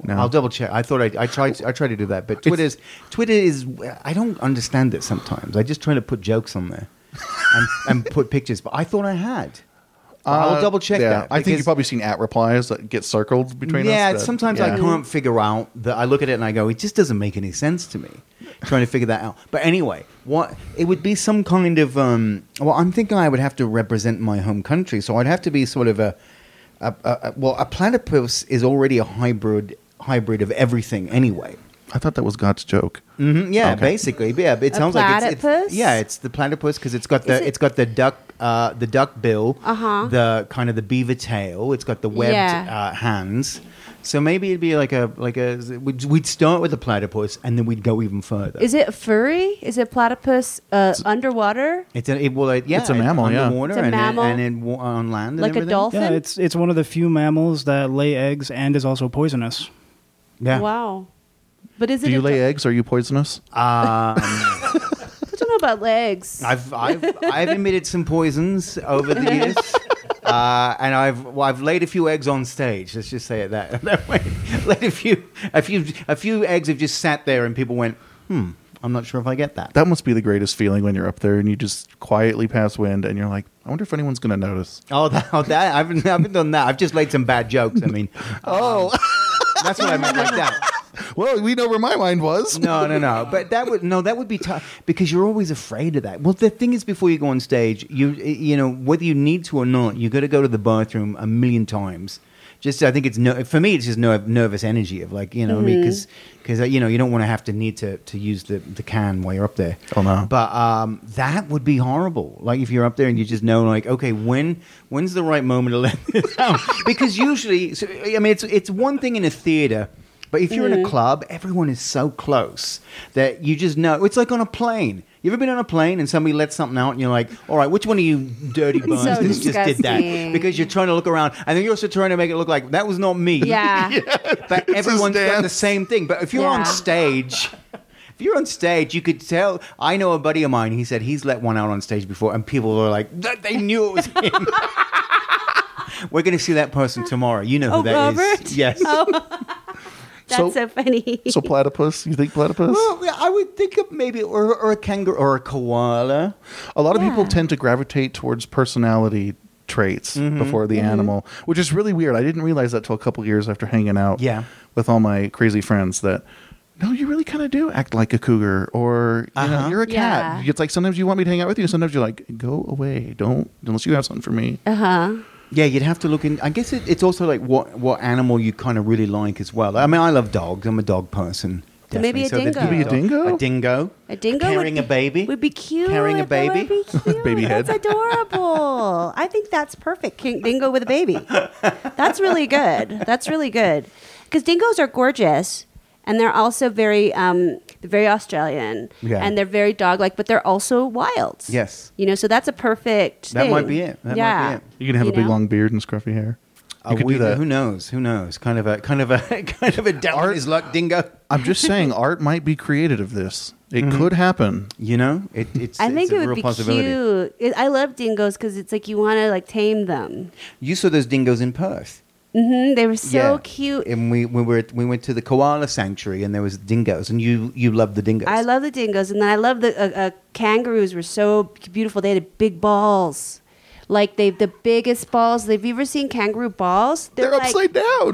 C: No.
B: I'll double check. I thought I, I tried. I tried to do that, but Twitter's Twitter is. I don't understand it sometimes. I just try to put jokes on there and, and put pictures. But I thought I had. I'll double check
C: Uh, Yeah,
B: that.
C: I think
B: because-
C: you've probably seen at replies that get circled between us.
B: yeah,
C: that-
B: sometimes
C: yeah.
B: I can't figure out that I look at it and I go, it just doesn't make any sense to me. Trying to figure that out. But anyway, what it would be some kind of um, well, I'm thinking I would have to represent my home country, so I'd have to be sort of a, a, a, a well, a platypus is already a hybrid hybrid of everything anyway.
C: I thought that was God's joke.
B: hmm yeah,
C: Okay.
B: basically, yeah. but It
A: A
B: sounds like it's, it's
A: platypus?
B: yeah, it's the platypus because it's got the
A: Is it-
B: it? has got the duck uh, the duck bill,
A: Uh-huh.
B: the kind of the beaver tail. It's got the webbed
A: Yeah.
B: uh, hands. So maybe it'd be like a like a we'd, we'd start with the platypus and then we'd go even further.
A: Is it furry? Is it platypus uh, underwater?
B: it's a, it, well, it, yeah,
C: It's a mammal, yeah.
B: underwater
A: It's a
B: and, in-
A: mammal.
B: and in wa- on land, and
A: Like a
B: everything.
A: dolphin?
D: Yeah, it's it's one of the few mammals that lay eggs and is also poisonous.
B: Yeah.
A: Wow. But is it?
C: Do you
A: a-
C: lay eggs? Are you poisonous?
B: Um,
A: I don't know about legs.
B: I've I've I've emitted some poisons over the years. Uh, and I've well, I've laid a few eggs on stage. Let's just say it that that way. laid a few a few a few eggs have just sat there, and people went, "Hmm, I'm not sure if I get that."
C: That must be the greatest feeling when you're up there and you just quietly pass wind and you're like, I wonder if anyone's going to notice.
B: oh, that, oh, that I've I've not done that. I've just laid some bad jokes. I mean, oh, that's what I meant like that.
C: Well, we know where my mind was.
B: No, no, no. But that would no, that would be tough because you're always afraid of that. Well, the thing is, before you go on stage, you you know whether you need to or not, you got to go to the bathroom a million times. Just I think it's no, for me, it's just nerve, nervous energy of like you know I mean because you know you don't want to have to need to to use the the can while you're up there.
C: Oh, no.
B: But um, that would be horrible. Like if you're up there and you just know, like, okay, when when's the right moment to let this out? because usually, so, I mean, it's it's one thing in a theater, but if
A: Mm-hmm.
B: you're in a club, everyone is so close that you just know. It's like on a plane. You ever been on a plane and somebody lets something out and you're like, all right, which one of you dirty bastards just did that?
A: disgusting.
B: Because you're trying to look around and then you're also trying to make it look like that was not me.
A: yeah.
B: But everyone's done the
C: dance.
B: same thing. But if you're
A: Yeah.
B: on stage, if you're on stage, you could tell. I know a buddy of mine. He said he's let one out on stage before, and people were like, "Th- "They knew it was him." We're going to see that person tomorrow. You know who
A: Oh,
B: that is?
A: Robert?
B: Yes.
A: That's so, funny.
C: so platypus? You think platypus?
B: Well, yeah, I would think of maybe or, or a kangaroo or a koala.
C: a lot of people
A: Yeah.
C: tend to gravitate towards personality traits before the animal, which is really weird. I didn't realize that till a couple years after hanging out
B: Yeah.
C: with all my crazy friends that no, you really kind of do act like a cougar or you know,
B: Uh-huh.
C: you're a cat.
A: Yeah.
C: It's like sometimes you want me to hang out with you, and sometimes you're like, go away. Don't unless you have something for me.
A: uh huh.
B: Yeah, you'd have to look in. I guess it, it's also like what what animal you kind of really like as well. I mean, I love dogs. I'm a dog person.
A: So maybe
B: definitely.
A: a dingo.
B: there'd
C: Could be a dingo?
B: A dingo.
A: A dingo would
B: Carrying
A: be-
B: a baby.
A: would be cute.
B: Carrying a
A: That
B: baby.
A: would be cute.
C: Baby head.
A: That's adorable. I think that's perfect. King dingo with a baby. That's really good. That's really good because dingoes are gorgeous and they're also very um, they're very Australian
B: Yeah.
A: and they're very dog like, but they're also wild.
B: Yes.
A: you know, so that's a perfect.
B: That might
A: thing.
B: be it. That might
A: yeah.
B: be it.
C: You can have
A: You
C: a big
A: know?
C: long beard and scruffy hair. You
B: Uh,
C: could
B: we-
C: do that.
B: Who knows? Who knows? Kind of a kind of a kind of a down on his luck dingo.
C: I'm just saying, art might be creative of this. It could happen.
B: You know, it, it's.
A: I
B: it's
A: think
B: a
A: it
B: real
A: would be
B: possibility.
A: cute. It, I love dingoes because it's like you want to like tame them.
B: You saw those dingoes in Perth.
A: hmm They were so
B: Yeah.
A: cute.
B: And we we were at, we went to the koala sanctuary and there was dingoes and you you loved the dingoes.
A: I love the dingoes, and then I love the uh, uh, kangaroos. Were so beautiful. They had big balls, like they the biggest balls. Have you ever seen kangaroo balls?
C: They're,
A: like-
C: upside down.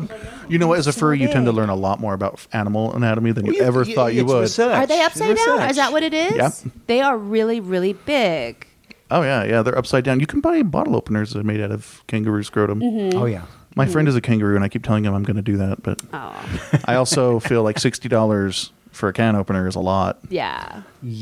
C: You know, what? as a
A: So
C: furry, you tend to
A: big.
C: learn a lot more about animal anatomy than you,
B: Well, you-
C: ever
B: you-
C: thought you
B: it's
C: would.
B: research.
A: Are they
B: It's
A: upside down? Is
B: research.
A: that what it is?
C: Yep.
A: They are really, really big.
C: Oh yeah, yeah, they're upside down. You can buy bottle openers that are made out of kangaroo scrotum.
B: Oh yeah.
C: My friend is a kangaroo, and I keep telling him I'm going to do that, but
A: Oh,
C: I also feel like sixty dollars for a can opener is a lot,
A: yeah.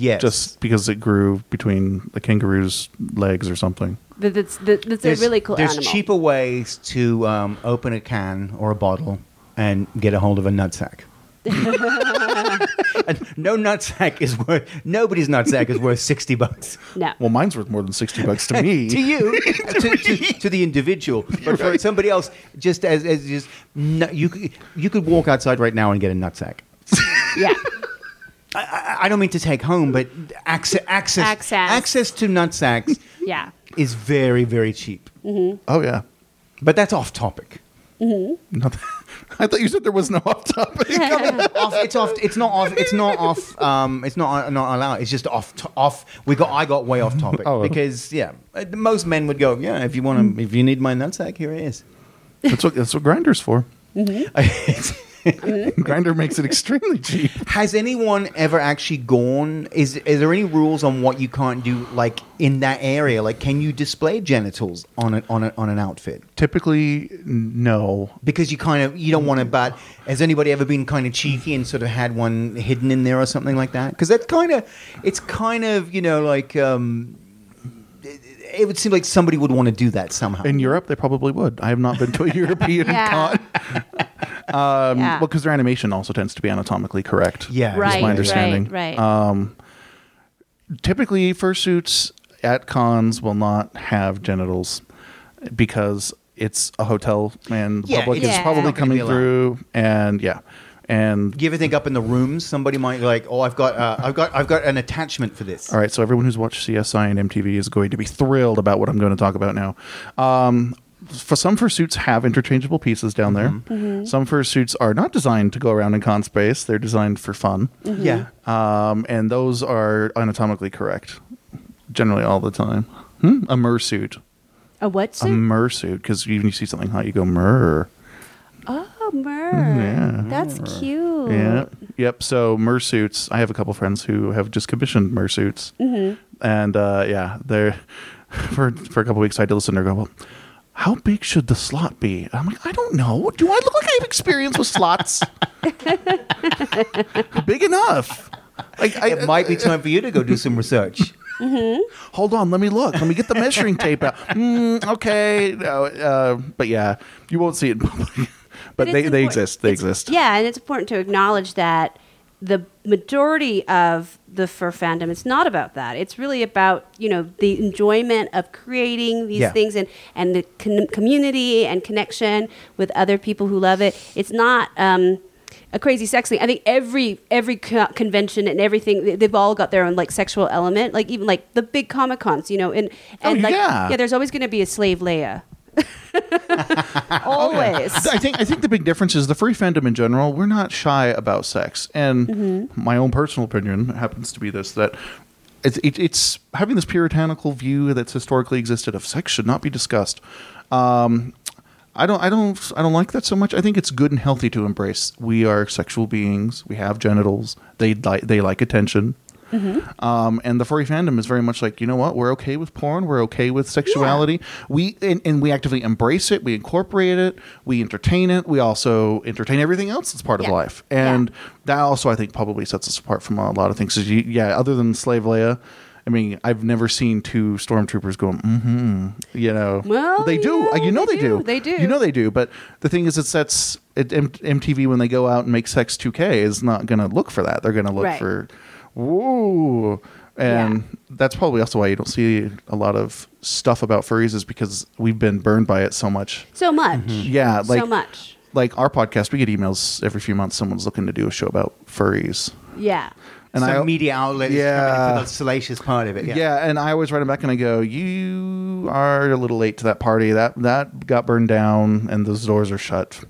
B: Yes.
C: just because it grew between the kangaroo's legs or something.
A: But that's that- that's a really cool
B: There's
A: animal.
B: cheaper ways to um, open a can or a bottle and get a hold of a nutsack. and no nutsack is worth. Nobody's nutsack is worth sixty bucks
A: No.
C: Well, mine's worth more than sixty bucks to me.
B: to you, to, to, to the individual, but for somebody else, just as, as just no, you could- you could walk outside right now and get a nutsack.
A: yeah.
B: I, I don't mean to take home, but access access
A: Access.
B: access to nutsacks
A: Yeah.
B: is very very cheap.
C: Oh yeah.
B: But that's off topic.
C: Not I thought you said there was no off topic.
B: off, it's off. It's not off. It's not off. Um, it's not not allowed. It's just off. To, off. We got. I got way off topic
C: Oh.
B: because yeah, uh, most men would go. Yeah, if you want to, if you need my nutsack, here it is.
C: that's what that's what grinders for.
B: Has
A: Mm-hmm.
C: Grinder makes it extremely cheap.
B: anyone ever actually gone? Is is there any rules on what you can't do, like in that area? Like, can you display genitals on an on, a, on an outfit?
C: Typically, no.
B: Because you kind of you don't want to.
C: Mm-hmm.
B: But has anybody ever been kind of cheeky and sort of had one hidden in there or something like that? Because that's kind of it's kind of you know like um, it, it would seem like somebody would want to do that somehow.
C: In Europe, they probably would. I have not been to a European
A: Yeah.
C: con. Um,
A: Yeah.
C: Well, because their animation also tends to be anatomically correct.
B: yeah,
A: Right.
C: my understanding. Uh,
A: Right. Right.
C: Typically, fursuits at cons will not have genitals because it's a hotel and the
B: Yeah,
C: public
B: it's
C: is
A: not
C: probably
A: gonna
C: coming
B: be allowed.
C: through. And yeah. And
B: Do you ever think up in the rooms somebody might like, oh, I've got uh, I've got I've got an attachment for this.
C: all right, so everyone who's watched CSI and MTV is going to be thrilled about what I'm going to talk about now. Um, for some fursuits have interchangeable pieces down there. Some fursuits are not designed to go around in con space. They're designed for fun.
B: Yeah.
C: um, and those are anatomically correct generally all the time. Hmm? A mersuit,
A: a what
C: a
A: suit?
C: mersuit, because when you see something hot, you go mer.
A: oh, mer.
C: mm, Yeah.
A: That's cute.
C: Yeah, yep. So mersuits. I have a couple friends who have just commissioned mersuits, mm-hmm. and uh, yeah, they're for for a couple weeks. I had to listen to her go. Well, how big should the slot be? And I'm like, I don't know. Do I look like I have experience with slots? big enough. Like I,
B: It might be time for you to go do some research.
C: hold on, let me look. Let me get the measuring tape out. Mm, okay, no, uh, but yeah, you won't see it in public. but
A: it's
C: they, they
A: important-
C: exist. They
A: it's-
C: exist.
A: Yeah, and it's important to acknowledge that the majority of the fur fandom it's not about that it's really about you know the enjoyment of creating these
B: Yeah.
A: things and and the con- community and connection with other people who love it it's not um a crazy sex thing i think every every co- convention and everything they- they've all got their own like sexual element like even like the big comic cons you know and and like
C: yeah.
A: yeah there's always going to be a slave leia
E: Always.
C: I think I think the big difference is the free fandom in general. We're not shy about sex, and my own personal opinion happens to be this that it's, it, it's having this puritanical view that's historically existed of sex should not be discussed. Um, I don't, I don't, I don't like that so much. I think it's good and healthy to embrace. We are sexual beings. We have genitals. They like, they like attention.
A: Mm-hmm.
C: Um, and the furry fandom is very much like, you know what? We're okay with porn. We're okay with sexuality. We and, and we actively embrace it. We incorporate it. We entertain it. We also entertain everything else that's part
A: Yeah.
C: of life. And that also, I think, probably sets us apart from a lot of things. 'Cause you, yeah, other than Slave Leia. I mean, I've never seen two stormtroopers going, mm-hmm. You know,
A: Well,
C: they do.
A: yeah,
C: you know
A: they
C: they,
A: do.
C: do.
A: They do.
C: You know they do. But the thing is, it's that's it, M- MTV when they go out and make Sex 2K is not going to look for that. They're going to look
A: Right.
C: for woo, and that's probably also why you don't see a lot of stuff about furries is because we've been burned by it so much.
A: So much.
C: Mm-hmm. Yeah, like
A: so much.
C: like our podcast, we get emails every few months. Someone's looking to do a show about furries.
A: Yeah.
C: And
B: Some
C: I-
B: media outlet is coming in
C: Yeah.
B: for the salacious part of it.
C: Yeah.
B: Yeah.
C: and I always write them back and I go, "You are a little late to that party. That that got burned down, and those doors are shut."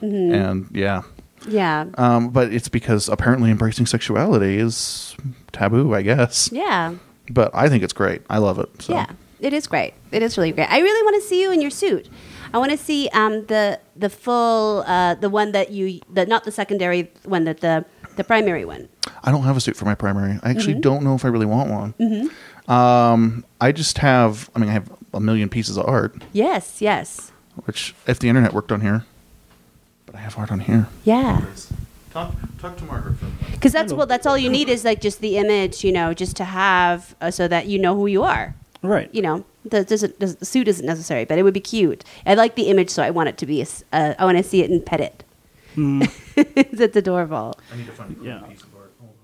A: Mm-hmm.
C: And yeah,
A: Yeah.
C: um, but it's because apparently embracing sexuality is taboo, I guess.
A: yeah.
C: But I think it's great. I love it. So.
A: Yeah, it is great. It is really great. I really want to see you in your suit. I want to see um, the the full uh, the one that you the not the secondary one that the the primary one.
C: I don't have a suit for my primary. I
A: Mm-hmm.
C: actually don't know if I really want one. Um, I just have. I mean, I have a million pieces of art,
A: Yes, yes,
C: which if the internet worked on here, but I have art on here.
A: yeah.
C: Talk, talk to Margaret for a minute.
A: Because that's well, that's all you need is like just the image, you know, just to have uh, so that you know who you are.
D: Right.
A: You know, the, doesn't, does- the suit isn't necessary, but it would be cute. I like the image, so I want it to be. a s- Uh, I want to see it and pet it.
C: Hmm.
A: that's adorable.
C: I need to find a
D: Yeah. piece
C: of art. Hold on.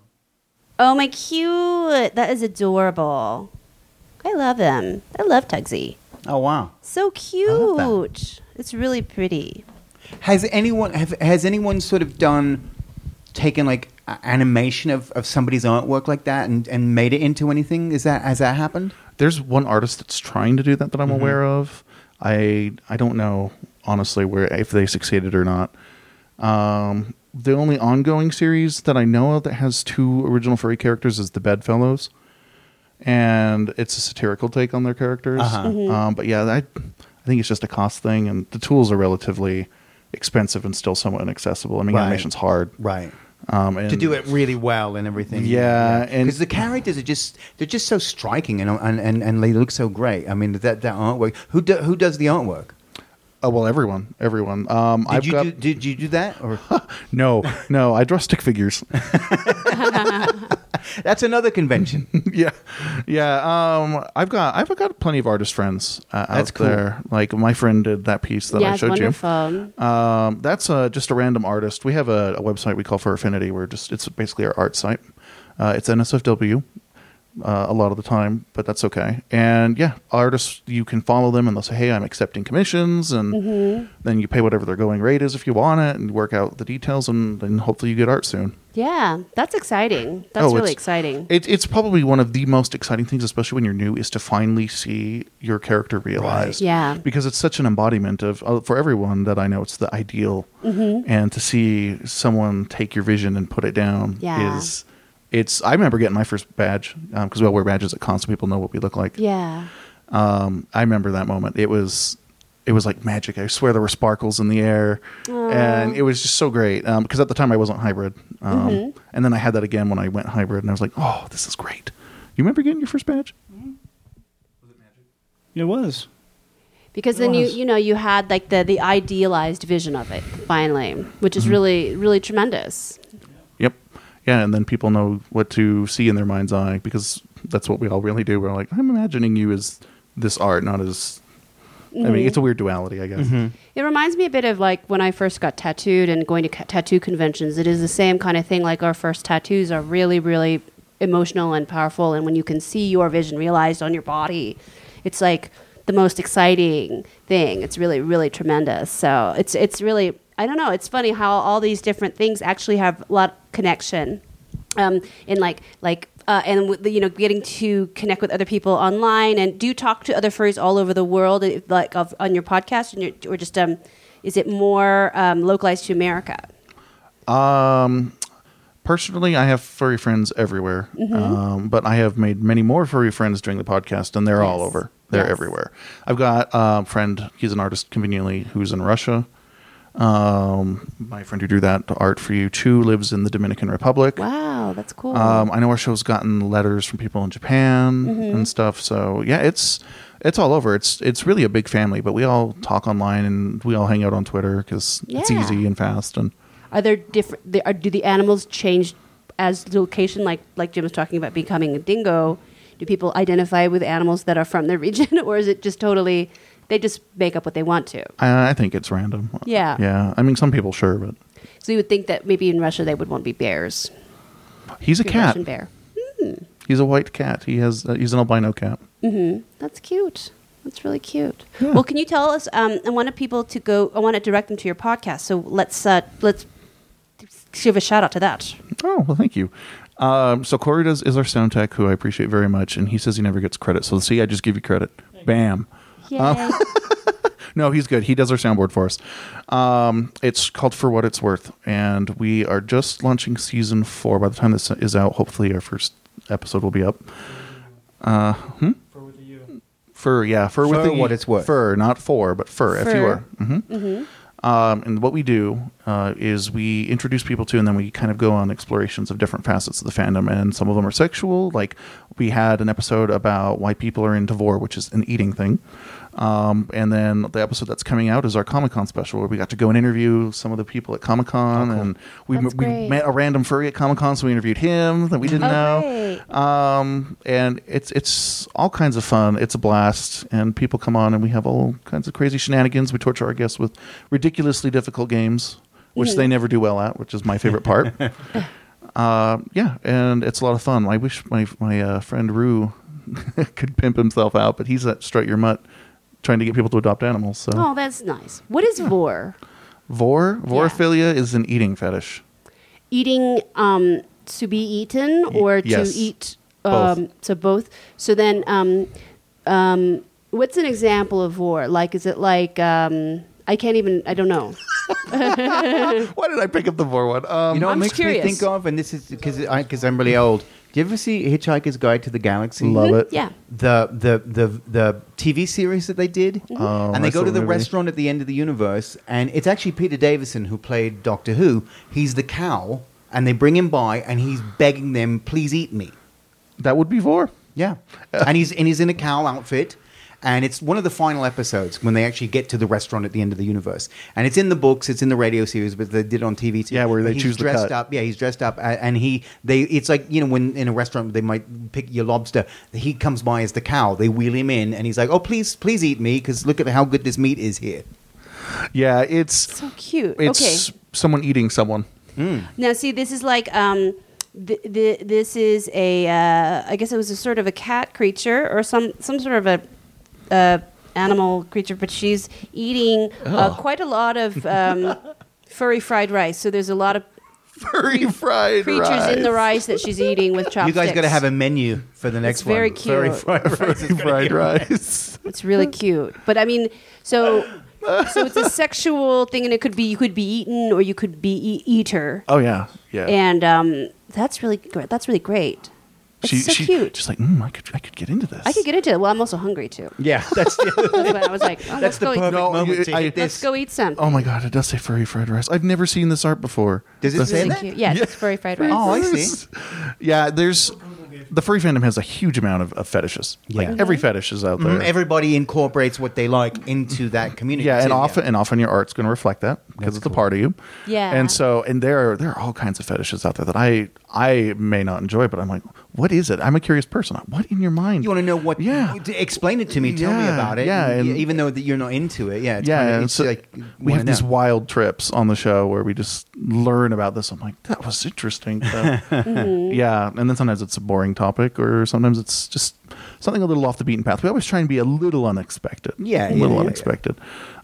A: Oh my cute! That is adorable. I love him. I love Tugsy.
B: Oh wow.
A: So
B: love
A: cute. It's really pretty.
B: Has anyone have, has anyone sort of done taken like a- animation of, of somebody's artwork like that and, and made it into anything? Is that has that happened?
C: There's one artist that's trying to do that that
B: Mm-hmm.
C: I'm aware of. I I don't know honestly where if they succeeded or not. Um, the only ongoing series that I know of that has two original furry characters is The Bedfellows, and it's a satirical take on their characters.
B: Uh-huh.
C: Um, but yeah, I I think it's just a cost thing, and the tools are relatively expensive and still somewhat inaccessible. I mean,
B: Right.
C: animation's hard.
B: Right.
C: Um, and
B: to do it really well and everything.
C: Yeah, and-
B: because the characters are just they're just so striking and and, and and they look so great. I mean that that artwork. Who do, who does the artwork?
C: Oh well, everyone, everyone. Um,
B: Did
C: I've
B: you
C: got
B: do, did you do that? Or
C: no, no. I draw stick figures.
B: that's another convention.
C: yeah, yeah. Um, I've got I've got plenty of artist friends uh,
B: That's
C: out
B: cool.
C: there. Like my friend did that piece that
A: yeah,
C: I
A: it's
C: showed
A: wonderful.
C: you. Um, that's uh, just a random artist. We have a, a website we call for Affinity. Where just it's basically our art site. Uh, it's NSFW. Uh, a lot of the time, but that's okay. And yeah, artists, you can follow them and they'll say, Hey, I'm accepting commissions. And
A: Mm-hmm.
C: then you pay whatever their going rate is if you want it and work out the details. And then hopefully you get art soon.
A: Yeah, that's exciting. That's
C: Oh,
A: really
C: it's-
A: exciting.
C: It, it's probably one of the most exciting things, especially when you're new, is to finally see your character realized.
A: Yeah.
C: Because it's such an embodiment of, uh, for everyone that I know, it's the ideal.
A: Mm-hmm.
C: And to see someone take your vision and put it down
A: Yeah.
C: is, it's, I remember getting my first badge because we all wear badges at cons so people know what we look like.
A: yeah.
C: Um, I remember that moment. It was it was like magic. I swear there were sparkles in the air, and it was just so great. Because at the time I wasn't hybrid, um, and then I had that again when I went hybrid, and I was like, oh, this is great. You remember getting your first badge?
D: It was.
A: Because then you
D: was.
A: you know you had like the the idealized vision of it finally, which
C: Mm-hmm.
A: is really really tremendous.
C: Yep. Yeah, and then people know what to see in their mind's eye because that's what we all really do. We're like, I'm imagining you as this art, not as. I mean, it's a weird duality, I guess.
A: It reminds me a bit of like when I first got tattooed and going to ca- tattoo conventions. It is the same kind of thing. Like our first tattoos are really, really emotional and powerful. And when you can see your vision realized on your body, it's like the most exciting thing. It's really, really tremendous. So it's it's really I don't know. It's funny how all these different things actually have a lot of connection um, in like like uh, and with the, you know getting to connect with other people online and do you talk to other furries all over the world if, like of, on your podcast and your, or just um, is it more um, localized to america
C: Um, personally, I have furry friends everywhere,
A: Mm-hmm.
C: um, but I have made many more furry friends during the podcast, and they're all
A: Yes.
C: over. They're
A: Yes.
C: everywhere. I've got uh, a friend. He's an artist, conveniently, who's in Russia. Um, my friend who drew that art for you too lives in the Dominican Republic.
A: wow that's cool
C: Um, I know our show's gotten letters from people in Japan
A: Mm-hmm.
C: and stuff. So yeah, it's it's all over. It's it's really a big family, but we all talk online and we all hang out on Twitter because it's
A: Yeah.
C: easy and fast. And
A: are there different there, are, do the animals change as location like like jim was talking about becoming a dingo do people identify with animals that are from their region or is it just totally they just make up what they want to
C: I, I think it's random.
A: Yeah.
C: yeah. I mean, some people sure, but
A: so you would think that maybe in russia they would want to be bears
C: he's a
A: Be
C: cat.
A: Russian bear
C: He's a white cat. He has uh, he's an albino cat.
A: That's cute. That's really cute. Well, can you tell us? Um, I wanted people to go. I want to direct them to your podcast. So let's uh, let's give a shout out to that.
C: Oh well, thank you. Um, so Corey does is our sound tech, who I appreciate very much, and he says he never gets credit. So see, I just give you credit. Bam.
A: Yay.
C: Oh. No, he's good. He does our soundboard for us. Um, it's called For What It's Worth, and we are just launching season four. By the time this is out, hopefully our first episode will be up.
D: For with you.
C: Fur, yeah, fur, with
B: For
C: the-
B: what it's worth.
C: Fur, not four, but fur. F U R.
A: Fur.
C: Mhm. Um, and what we do uh, is we introduce people to, and then we kind of go on explorations of different facets of the fandom. And some of them are sexual. Like we had an episode about why people are into vor, which is an eating thing. Um, and then the episode that's coming out is our Comic Con special, where we got to go and interview some of the people at Comic Con, and we,
A: Oh, That's
C: we
A: great. Oh,
C: met a random furry at Comic Con, so we interviewed him that we didn't know
A: great.
C: um, and it's it's all kinds of fun. It's a blast, and people come on, and we have all kinds of crazy shenanigans. We torture our guests with ridiculously difficult games, which they never do well at, which is my favorite part. uh, yeah, and it's a lot of fun. I wish my my uh, friend Rue could pimp himself out, but he's at Strut Your Mutt trying to get people to adopt animals. So
A: Oh, that's nice. What is vor?
C: vor vorophilia is an eating fetish.
A: Eating um, to be eaten or
C: yes.
A: to eat?
C: Both.
A: Um, So both. So then, um, um, what's an example of vor? Like, is it like um, I can't even? I don't know.
C: Why did I pick up the vor one? Um,
B: You know, what
A: I'm
B: makes
A: curious.
B: me think of, and this is because because I'm really old. Do you ever see Hitchhiker's Guide to the Galaxy?
C: Love it.
A: Yeah.
B: Mm-hmm. The the the the TV series that they did,
C: Oh,
B: and they
C: that's
B: go to
C: the
B: the
C: movie.
B: restaurant at the end of the universe, and it's actually Peter Davison who played Doctor Who. He's the cow, and they bring him by, and he's begging them, "Please eat me."
C: that would be vor.
B: Yeah, and he's and he's in a cow outfit, and it's one of the final episodes when they actually get to the restaurant at the end of the universe, and it's in the books, it's in the radio series, but they did it on TV too.
C: Yeah, where
B: But
C: they
B: he's
C: choose the
B: dressed
C: cut.
B: up. Yeah, he's dressed up, a- and he they it's like you know when in a restaurant they might pick your lobster, he comes by as the cow, they wheel him in, and he's like, oh please please eat me because look at how good this meat is here.
C: Yeah, it's
A: So cute. okay.
C: It's someone eating someone.
A: Now, see, this is like um, th- th- this is a uh, I guess it was a sort of a cat creature or some some sort of a uh, animal creature, but she's eating uh,
B: Oh.
A: quite a lot of um, furry fried rice. So there's a lot of
C: Furry fried
A: creatures
C: rice.
A: in the rice that she's eating with chopsticks.
B: You guys got to have a menu for the next
A: very
B: one. Very
A: cute.
B: fried rice.
C: Furry fried rice.
A: It's really cute, but I mean, so. so it's a sexual thing, and it could be you could be eaten or you could be e- eater,
C: Oh yeah, yeah.
A: and um, that's really great. That's really great. It's
C: she,
A: so
C: she,
A: cute.
C: She's like, mm, I could, I could get into this.
A: I could get into it. Well, I'm also hungry too.
B: Yeah, that's
A: That's when I was like, oh, let's,
B: that's the
A: go
B: perfect
A: eat,
C: No,
B: moment
C: you-
B: to
C: I-
B: hit
A: let's
B: this.
A: go eat some.
C: Oh my god, it does say furry fried rice. I've never seen this art before.
B: Does it
A: it's
C: That's-
A: really
B: Say that?
A: cute. Yeah, it's furry fried rice.
B: Oh, I
C: Yes.
B: see.
C: Yeah, there's the furry fandom has a huge amount of, of fetishes. Like
B: Yeah.
C: every fetish is out there.
B: Mm, Everybody incorporates what they like into that community.
C: yeah, and
B: too,
C: often and often your art's going to reflect that because
B: That's
C: it's a
B: cool.
C: part of you.
A: Yeah.
C: And so and there are, there are all kinds of fetishes out there that I I may not enjoy, but I'm like, what is it? I'm a curious person. What in your mind?
B: you want to know what?
C: Yeah.
B: d- explain it to me. Tell me
C: Yeah,
B: about it.
C: yeah,
B: and
C: and-
B: even though that you're not into it. Yeah, it's
C: yeah,
B: kinda-
C: and
B: it's
C: so
B: like you
C: we have
B: wanna
C: these
B: know.
C: wild trips on the show where we just learn about this. I'm like, that was interesting. So,
B: Mm-hmm.
C: Yeah, and then sometimes it's a boring topic, or sometimes it's just something a little off the beaten path. We always try and be a little unexpected.
B: Yeah,
C: a
B: yeah,
C: little
B: yeah, yeah.
C: unexpected.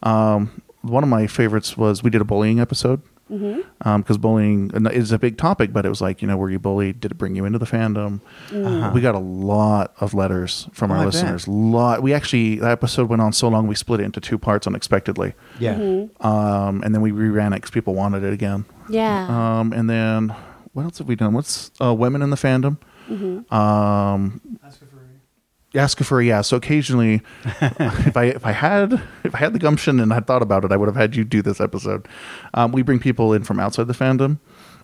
C: Um, one of my favorites was we did a bullying episode, because bullying is a big topic. But it was like, you know, were you bullied? Did it bring you into the fandom? We got a lot of letters from
B: Oh, I
C: our
B: bet.
C: listeners. Lot. We actually that episode went on so long we split it into two parts unexpectedly,
B: Yeah.
C: um, and then we reran it because people wanted it again.
B: Oh. Uh-huh.
A: Yeah.
C: Um, and then what else have we done? What's uh, women in the fandom? Um, Ask for a yeah. So occasionally, if I if I had if I had the gumption and I thought about it, I would have had you do this episode. Um, we bring people in from outside the fandom,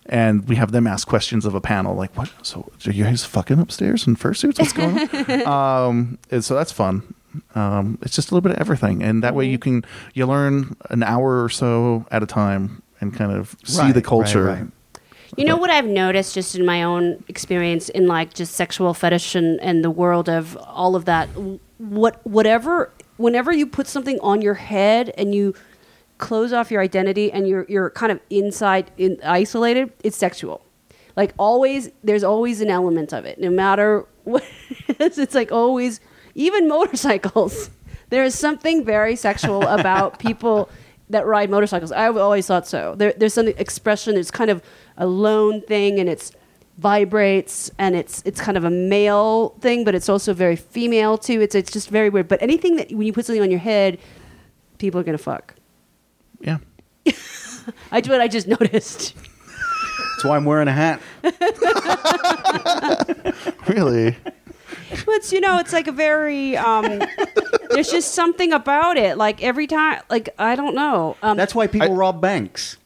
C: and we have them ask questions of a panel, like what? So are you guys fucking upstairs in fursuits? What's going on? um, and so that's fun. Um, it's just a little bit of everything, and that way you can you learn an hour or so at a time and kind of see
B: Right,
C: the
B: right,
C: culture.
B: right.
A: You know what I've noticed just in my own experience in like just sexual fetish and, and the world of all of that. What whatever whenever you put something on your head and you close off your identity and you're you're kind of inside in isolated, it's sexual. Like always there's always an element of it. No matter what it is, it's like always even motorcycles. There is something very sexual about people that ride motorcycles. I always thought so. There, there's some expression. It's kind of a lone thing, and it's vibrates, and it's it's kind of a male thing, but it's also very female too. It's it's just very weird. But anything that when you put something on your head, people are gonna fuck.
C: Yeah.
A: I do what I just noticed.
B: That's why I'm wearing a hat.
C: Really?
A: But you know, it's like a very um, there's just something about it. Like every time, like I don't know. Um,
B: That's why people
C: I-
B: rob banks.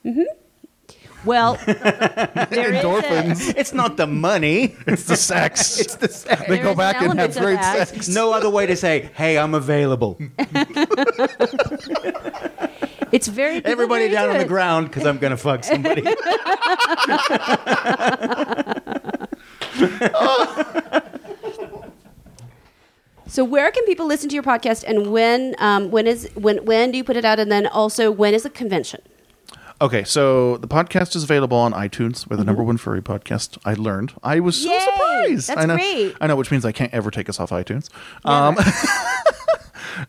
A: well, there is a-
B: It's not the money.
C: It's the sex.
B: It's the sex.
C: they
A: There
C: go
A: is
C: back
A: an
C: and
A: element
C: have
A: of
C: great
A: that.
C: sex.
B: No other way to say, "Hey, I'm available."
A: it's very people
B: Everybody
A: very
B: down on the
A: good.
B: ground because I'm gonna fuck somebody.
A: So where can people listen to your podcast, and when um, when is when when do you put it out, and then also when is the convention?
C: Okay, so the podcast is available on iTunes. We're the number one furry podcast. I learned. I was so
A: Mm-hmm. Yay!
C: surprised.
A: That's
C: I know,
A: great.
C: I know, which means I can't ever take us off iTunes. Um,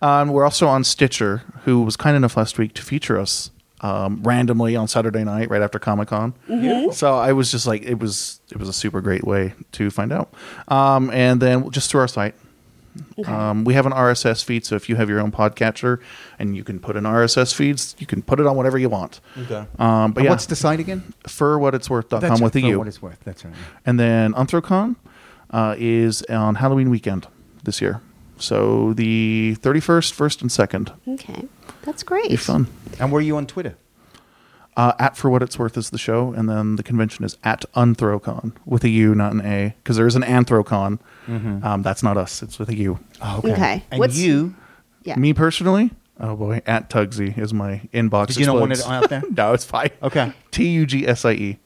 C: um, we're also on Stitcher, who was kind enough last week to feature us um, randomly on Saturday night right after Comic Con.
A: Mm-hmm.
C: So I was just like, it was it was a super great way to find out. Um, and then just through our site. Um, we have an RSS feed, so if you have your own podcatcher and you can put in RSS feeds, you can put it on whatever you want.
B: Okay.
C: Um, but
B: Uh, And
C: yeah,
B: What's the site again?
C: for what it's worth.com
B: That's
C: with a
B: for
C: U.
B: What it's worth. That's right.
C: and then Anthrocon uh, is on Halloween weekend this year. So the 31st, 1st, and 2nd.
A: Okay, that's great.
C: Be fun.
B: And were you on Twitter?
C: Uh, at For What It's Worth is the show, and then the convention is at Unthrocon with a U, not an A, because there is an Anthrocon.
B: Mm-hmm.
C: Um, that's not us, it's with a U.
B: Oh,
A: Okay.
B: And
A: What's-
B: you?
A: Yeah.
C: Me personally, oh boy, at Tugsy is my inbox.
B: Did you not want
C: explodes.
B: it out there?
C: no, it's fine.
B: Okay.
C: T U G S I E.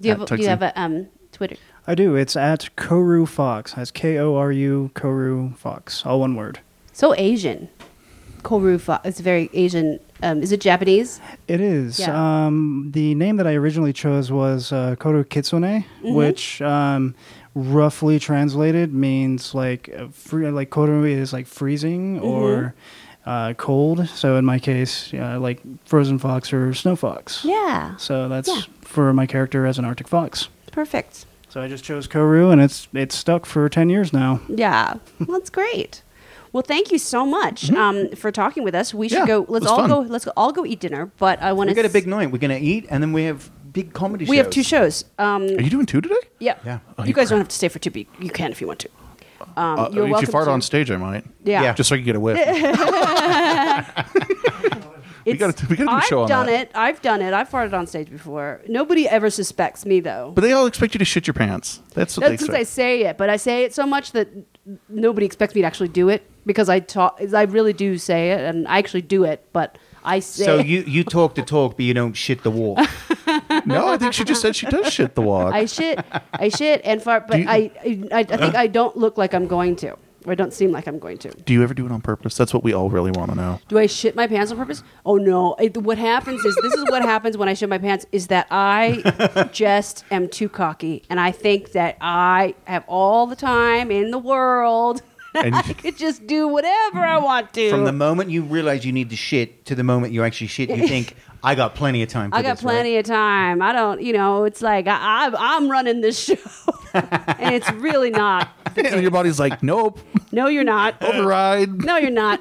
A: do you have,
C: At
A: do you
C: Tuxi.
A: have a um, Twitter?
D: I do. It's at Koru Fox. That's K O R U Koru Fox. All one word.
A: So Asian, Koru Fox. It's very Asian. Um, is it Japanese?
D: It is.
A: Yeah.
D: Um, the name that I originally chose was uh, Koru Kitsune,
A: Mm-hmm.
D: which um, roughly translated means like uh, free, like Koru is like freezing
A: Mm-hmm.
D: or uh, cold. So in my case, uh, like frozen fox or snow fox.
A: Yeah,
D: So that's
A: Yeah.
D: for my character as an Arctic fox.
A: perfect.
D: So I just chose Koru, and it's it's stuck for ten years now.
A: Yeah, Well, that's great. Well, thank you so much um, for talking with us. We should
C: Mm-hmm. Yeah,
A: go. Let's
C: it was
A: all
C: fun.
A: go. Let's all go eat dinner. But I want
B: We
A: to.
B: got a big night. We're gonna eat, and then we have big comedy.
A: We
B: shows.
A: have two shows. Um,
C: Are you doing two today?
A: yeah.
B: Yeah.
C: Oh,
A: you
C: you
A: guys
C: crap.
A: don't have to stay for two. But you can if you want to. Um,
C: Uh,
A: you're
C: if
A: welcome
C: you fart
A: to.
C: on stage, I might.
A: Yeah.
B: Yeah.
C: Just so I can get a whiff. We
A: It's-
C: gotta- we gotta do a
A: I've
C: show on
A: done
C: that.
A: it. I've done it. I've farted on stage before. Nobody ever suspects me though.
C: But they all expect you to shit your pants. That's what
A: That's
C: they
A: because I
C: expect.
A: say it, but I say it so much that n- nobody expects me to actually do it because I talk. I really do say it, and I actually do it, but I say.
B: So
A: it.
B: you you talk the talk, but you don't shit the walk.
C: no, I think she just said she does shit the walk.
A: I shit. I shit and fart, but
C: Do you-
A: I, I. I think I don't look like I'm going to, or I don't seem like I'm going to.
C: Do you ever do it on purpose? That's what we all really want to know.
A: Do I shit my pants on purpose? Oh no! It, what happens is this is what happens when I shit my pants is that I just am too cocky and I think that I have all the time in the world
C: And
A: I could just do whatever I want to.
B: From the moment you realize you need to shit to the moment you actually shit, you think I got plenty of time. For
A: I got
B: this, right?"
A: plenty of time. I don't, you know, it's like I, I, I'm running this show, and it's really not. the
C: and
A: case.
C: your body's like, nope,
A: No, you're not.
C: override.
A: No, you're not.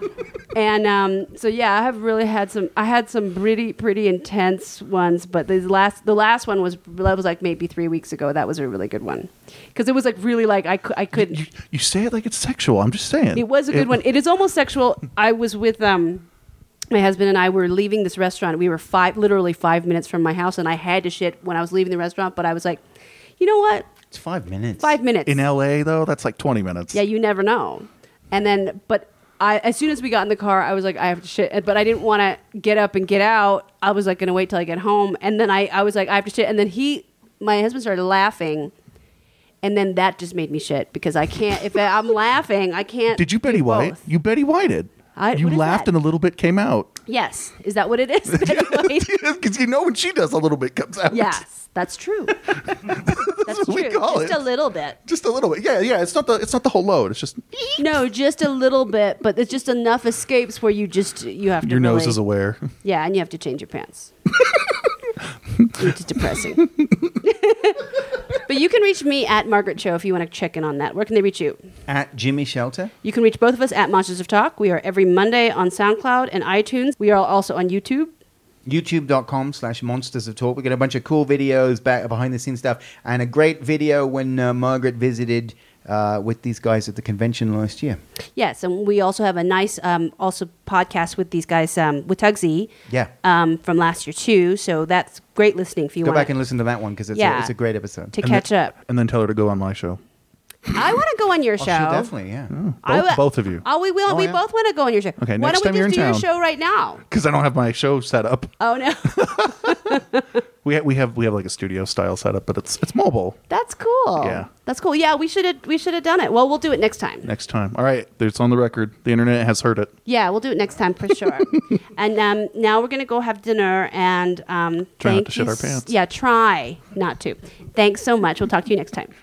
A: And um, so yeah, I have really had some. I had some pretty pretty intense ones, but the last the last one was that was like maybe three weeks ago. That was a really good one because it was like really like I cou- I couldn't.
C: You, you say it like it's sexual. I'm just saying.
A: It was a good one. It is almost sexual. I was with um my husband and I were leaving this restaurant. We were five literally five minutes from my house and I had to shit when I was leaving the restaurant, but I was like, you know what?
B: It's five minutes.
A: Five minutes.
C: In LA, though, that's like 20 minutes.
A: yeah, you never know. And then but I, as soon as we got in the car, I was like, I have to shit. But I didn't want to get up and get out. I was like, going to wait till I get home. And then I, I was like, I have to shit. And then he, my husband started laughing. And then that just made me shit because I can't, if I, I'm laughing, I can't.
C: Did you Betty
A: do
C: White?
A: both.
C: You Betty Whited.
A: I-
C: you
A: what is
C: laughed
A: that?
C: and a little bit came out.
A: Yes. Is that what it is? Betty White?
C: Because you know when she does, a little bit comes out.
A: Yes, that's true. that's
C: what we
A: true.
C: call
A: just
C: it.
A: a little bit.
C: Just a little bit. Yeah, yeah. It's not the it's not the whole load. It's just
A: No, just a little bit, but it's just enough escapes where you just you have to
C: your nose
A: really-
C: is aware.
A: Yeah, and you have to change your pants. It's depressing. but you can reach me at Margaret Cho if you want to check in on that. Where can they reach you?
B: At Jimmy Shelter.
A: You can reach both of us at Monsters of Talk. We are every Monday on SoundCloud and iTunes. We are also on YouTube.
B: youtube.com slash monsters of talk we get a bunch of cool videos back behind the scenes stuff and a great video when uh, margaret visited uh, with these guys at the convention last year
A: Yes, and we also have a nice um, also podcast with these guys um, with Tugsy.
B: Yeah.
A: Um, from last year too, so that's great listening if you
B: go
A: want
B: back and listen to that one because it's, a,
A: Yeah.
B: it's a great episode
A: to
C: And
A: catch
C: then-
A: up.
C: And then tell her to go on my show.
A: I want to go on your
B: Oh,
A: show.
B: sure, definitely yeah
A: I
C: Both-
A: wa-
C: both of you.
A: Oh, we will.
B: Oh,
A: we
B: yeah.
A: both want to go on your show.
C: Okay,
A: Why
C: next
A: don't we
C: time you're
A: just do
C: in
A: your
C: town.
A: show right now?
C: Because I don't have my show set up.
A: Oh no,
C: We ha- we have we have like a studio style setup, but it's it's mobile.
A: that's cool.
C: Yeah.
A: that's cool. Yeah, we should have we should have done it. Well, we'll do it next time.
C: Next time. All right. It's on the record. The internet has heard it.
A: Yeah, we'll do it next time for sure. and um, now we're gonna go have dinner and um,
C: Try not
A: thank
C: to shit
A: you
C: our
A: s-
C: pants.
A: Yeah, try not to. Thanks so much. We'll talk to you next time.